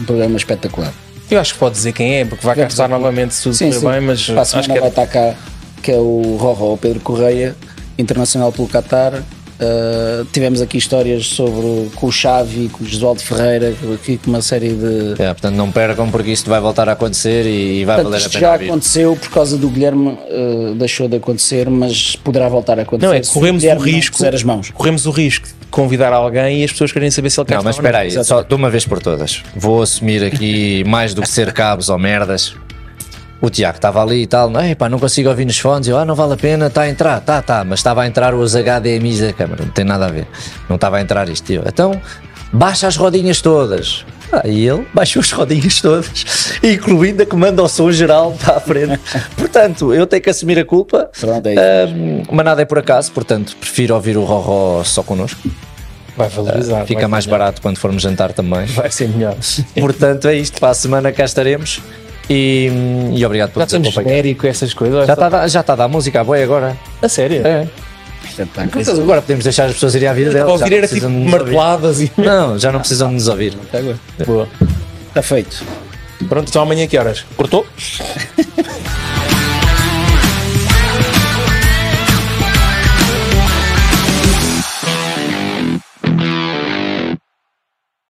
um programa espetacular. Eu acho que pode dizer quem é, porque vai cá estar novamente se tudo Sim, correr sim. bem, mas Para a semana acho que é- vai era. estar cá, que é o Roró Pedro Correia, internacional pelo Qatar. Uh, tivemos aqui histórias sobre com o Xavi, com o Josualdo Ferreira, aqui com uma série de. É, portanto, não percam porque isto vai voltar a acontecer e, e vai Portanto, valer a isto pena. já vir. aconteceu por causa do Guilherme, uh, deixou de acontecer, mas poderá voltar a acontecer. Não, é se corremos o Guilherme não risco. puser as mãos. Corremos o risco de convidar alguém e as pessoas querem saber se ele quer Não, mas espera aí, só de uma vez por todas. Vou assumir aqui mais do que ser cabos ou merdas. O Tiago estava ali e tal, não, pá, não consigo ouvir nos fones. Eu, ah, não vale a pena, está a entrar, tá, tá, mas estava a entrar os HDMIs da câmara, não tem nada a ver. Não estava a entrar isto. Eu, então, baixa as rodinhas todas. Ah, e ele baixou as rodinhas todas, incluindo a que manda o som geral para a frente. Portanto, eu tenho que assumir a culpa. Pronto, é isso. Ahm, mas nada é por acaso, portanto, prefiro ouvir o Roró só connosco. Vai valorizar. Fica vai mais ganhar. barato quando formos jantar também. Vai ser melhor. Ah, Já Portanto, é isto. Para a semana cá estaremos. E, e obrigado por nos estamos acompanhar. genérico, essas coisas. Já está, a dar- já está a dar música à boia agora. A sério? É. Espetáculo. Portanto, agora podemos deixar as pessoas irem à vida delas. já Ouvir era tipo precisam de nos ouvir. marteladas e. Não, já não precisam de nos ouvir. Boa. Ah, Está feito. Pronto, então amanhã que horas? Cortou?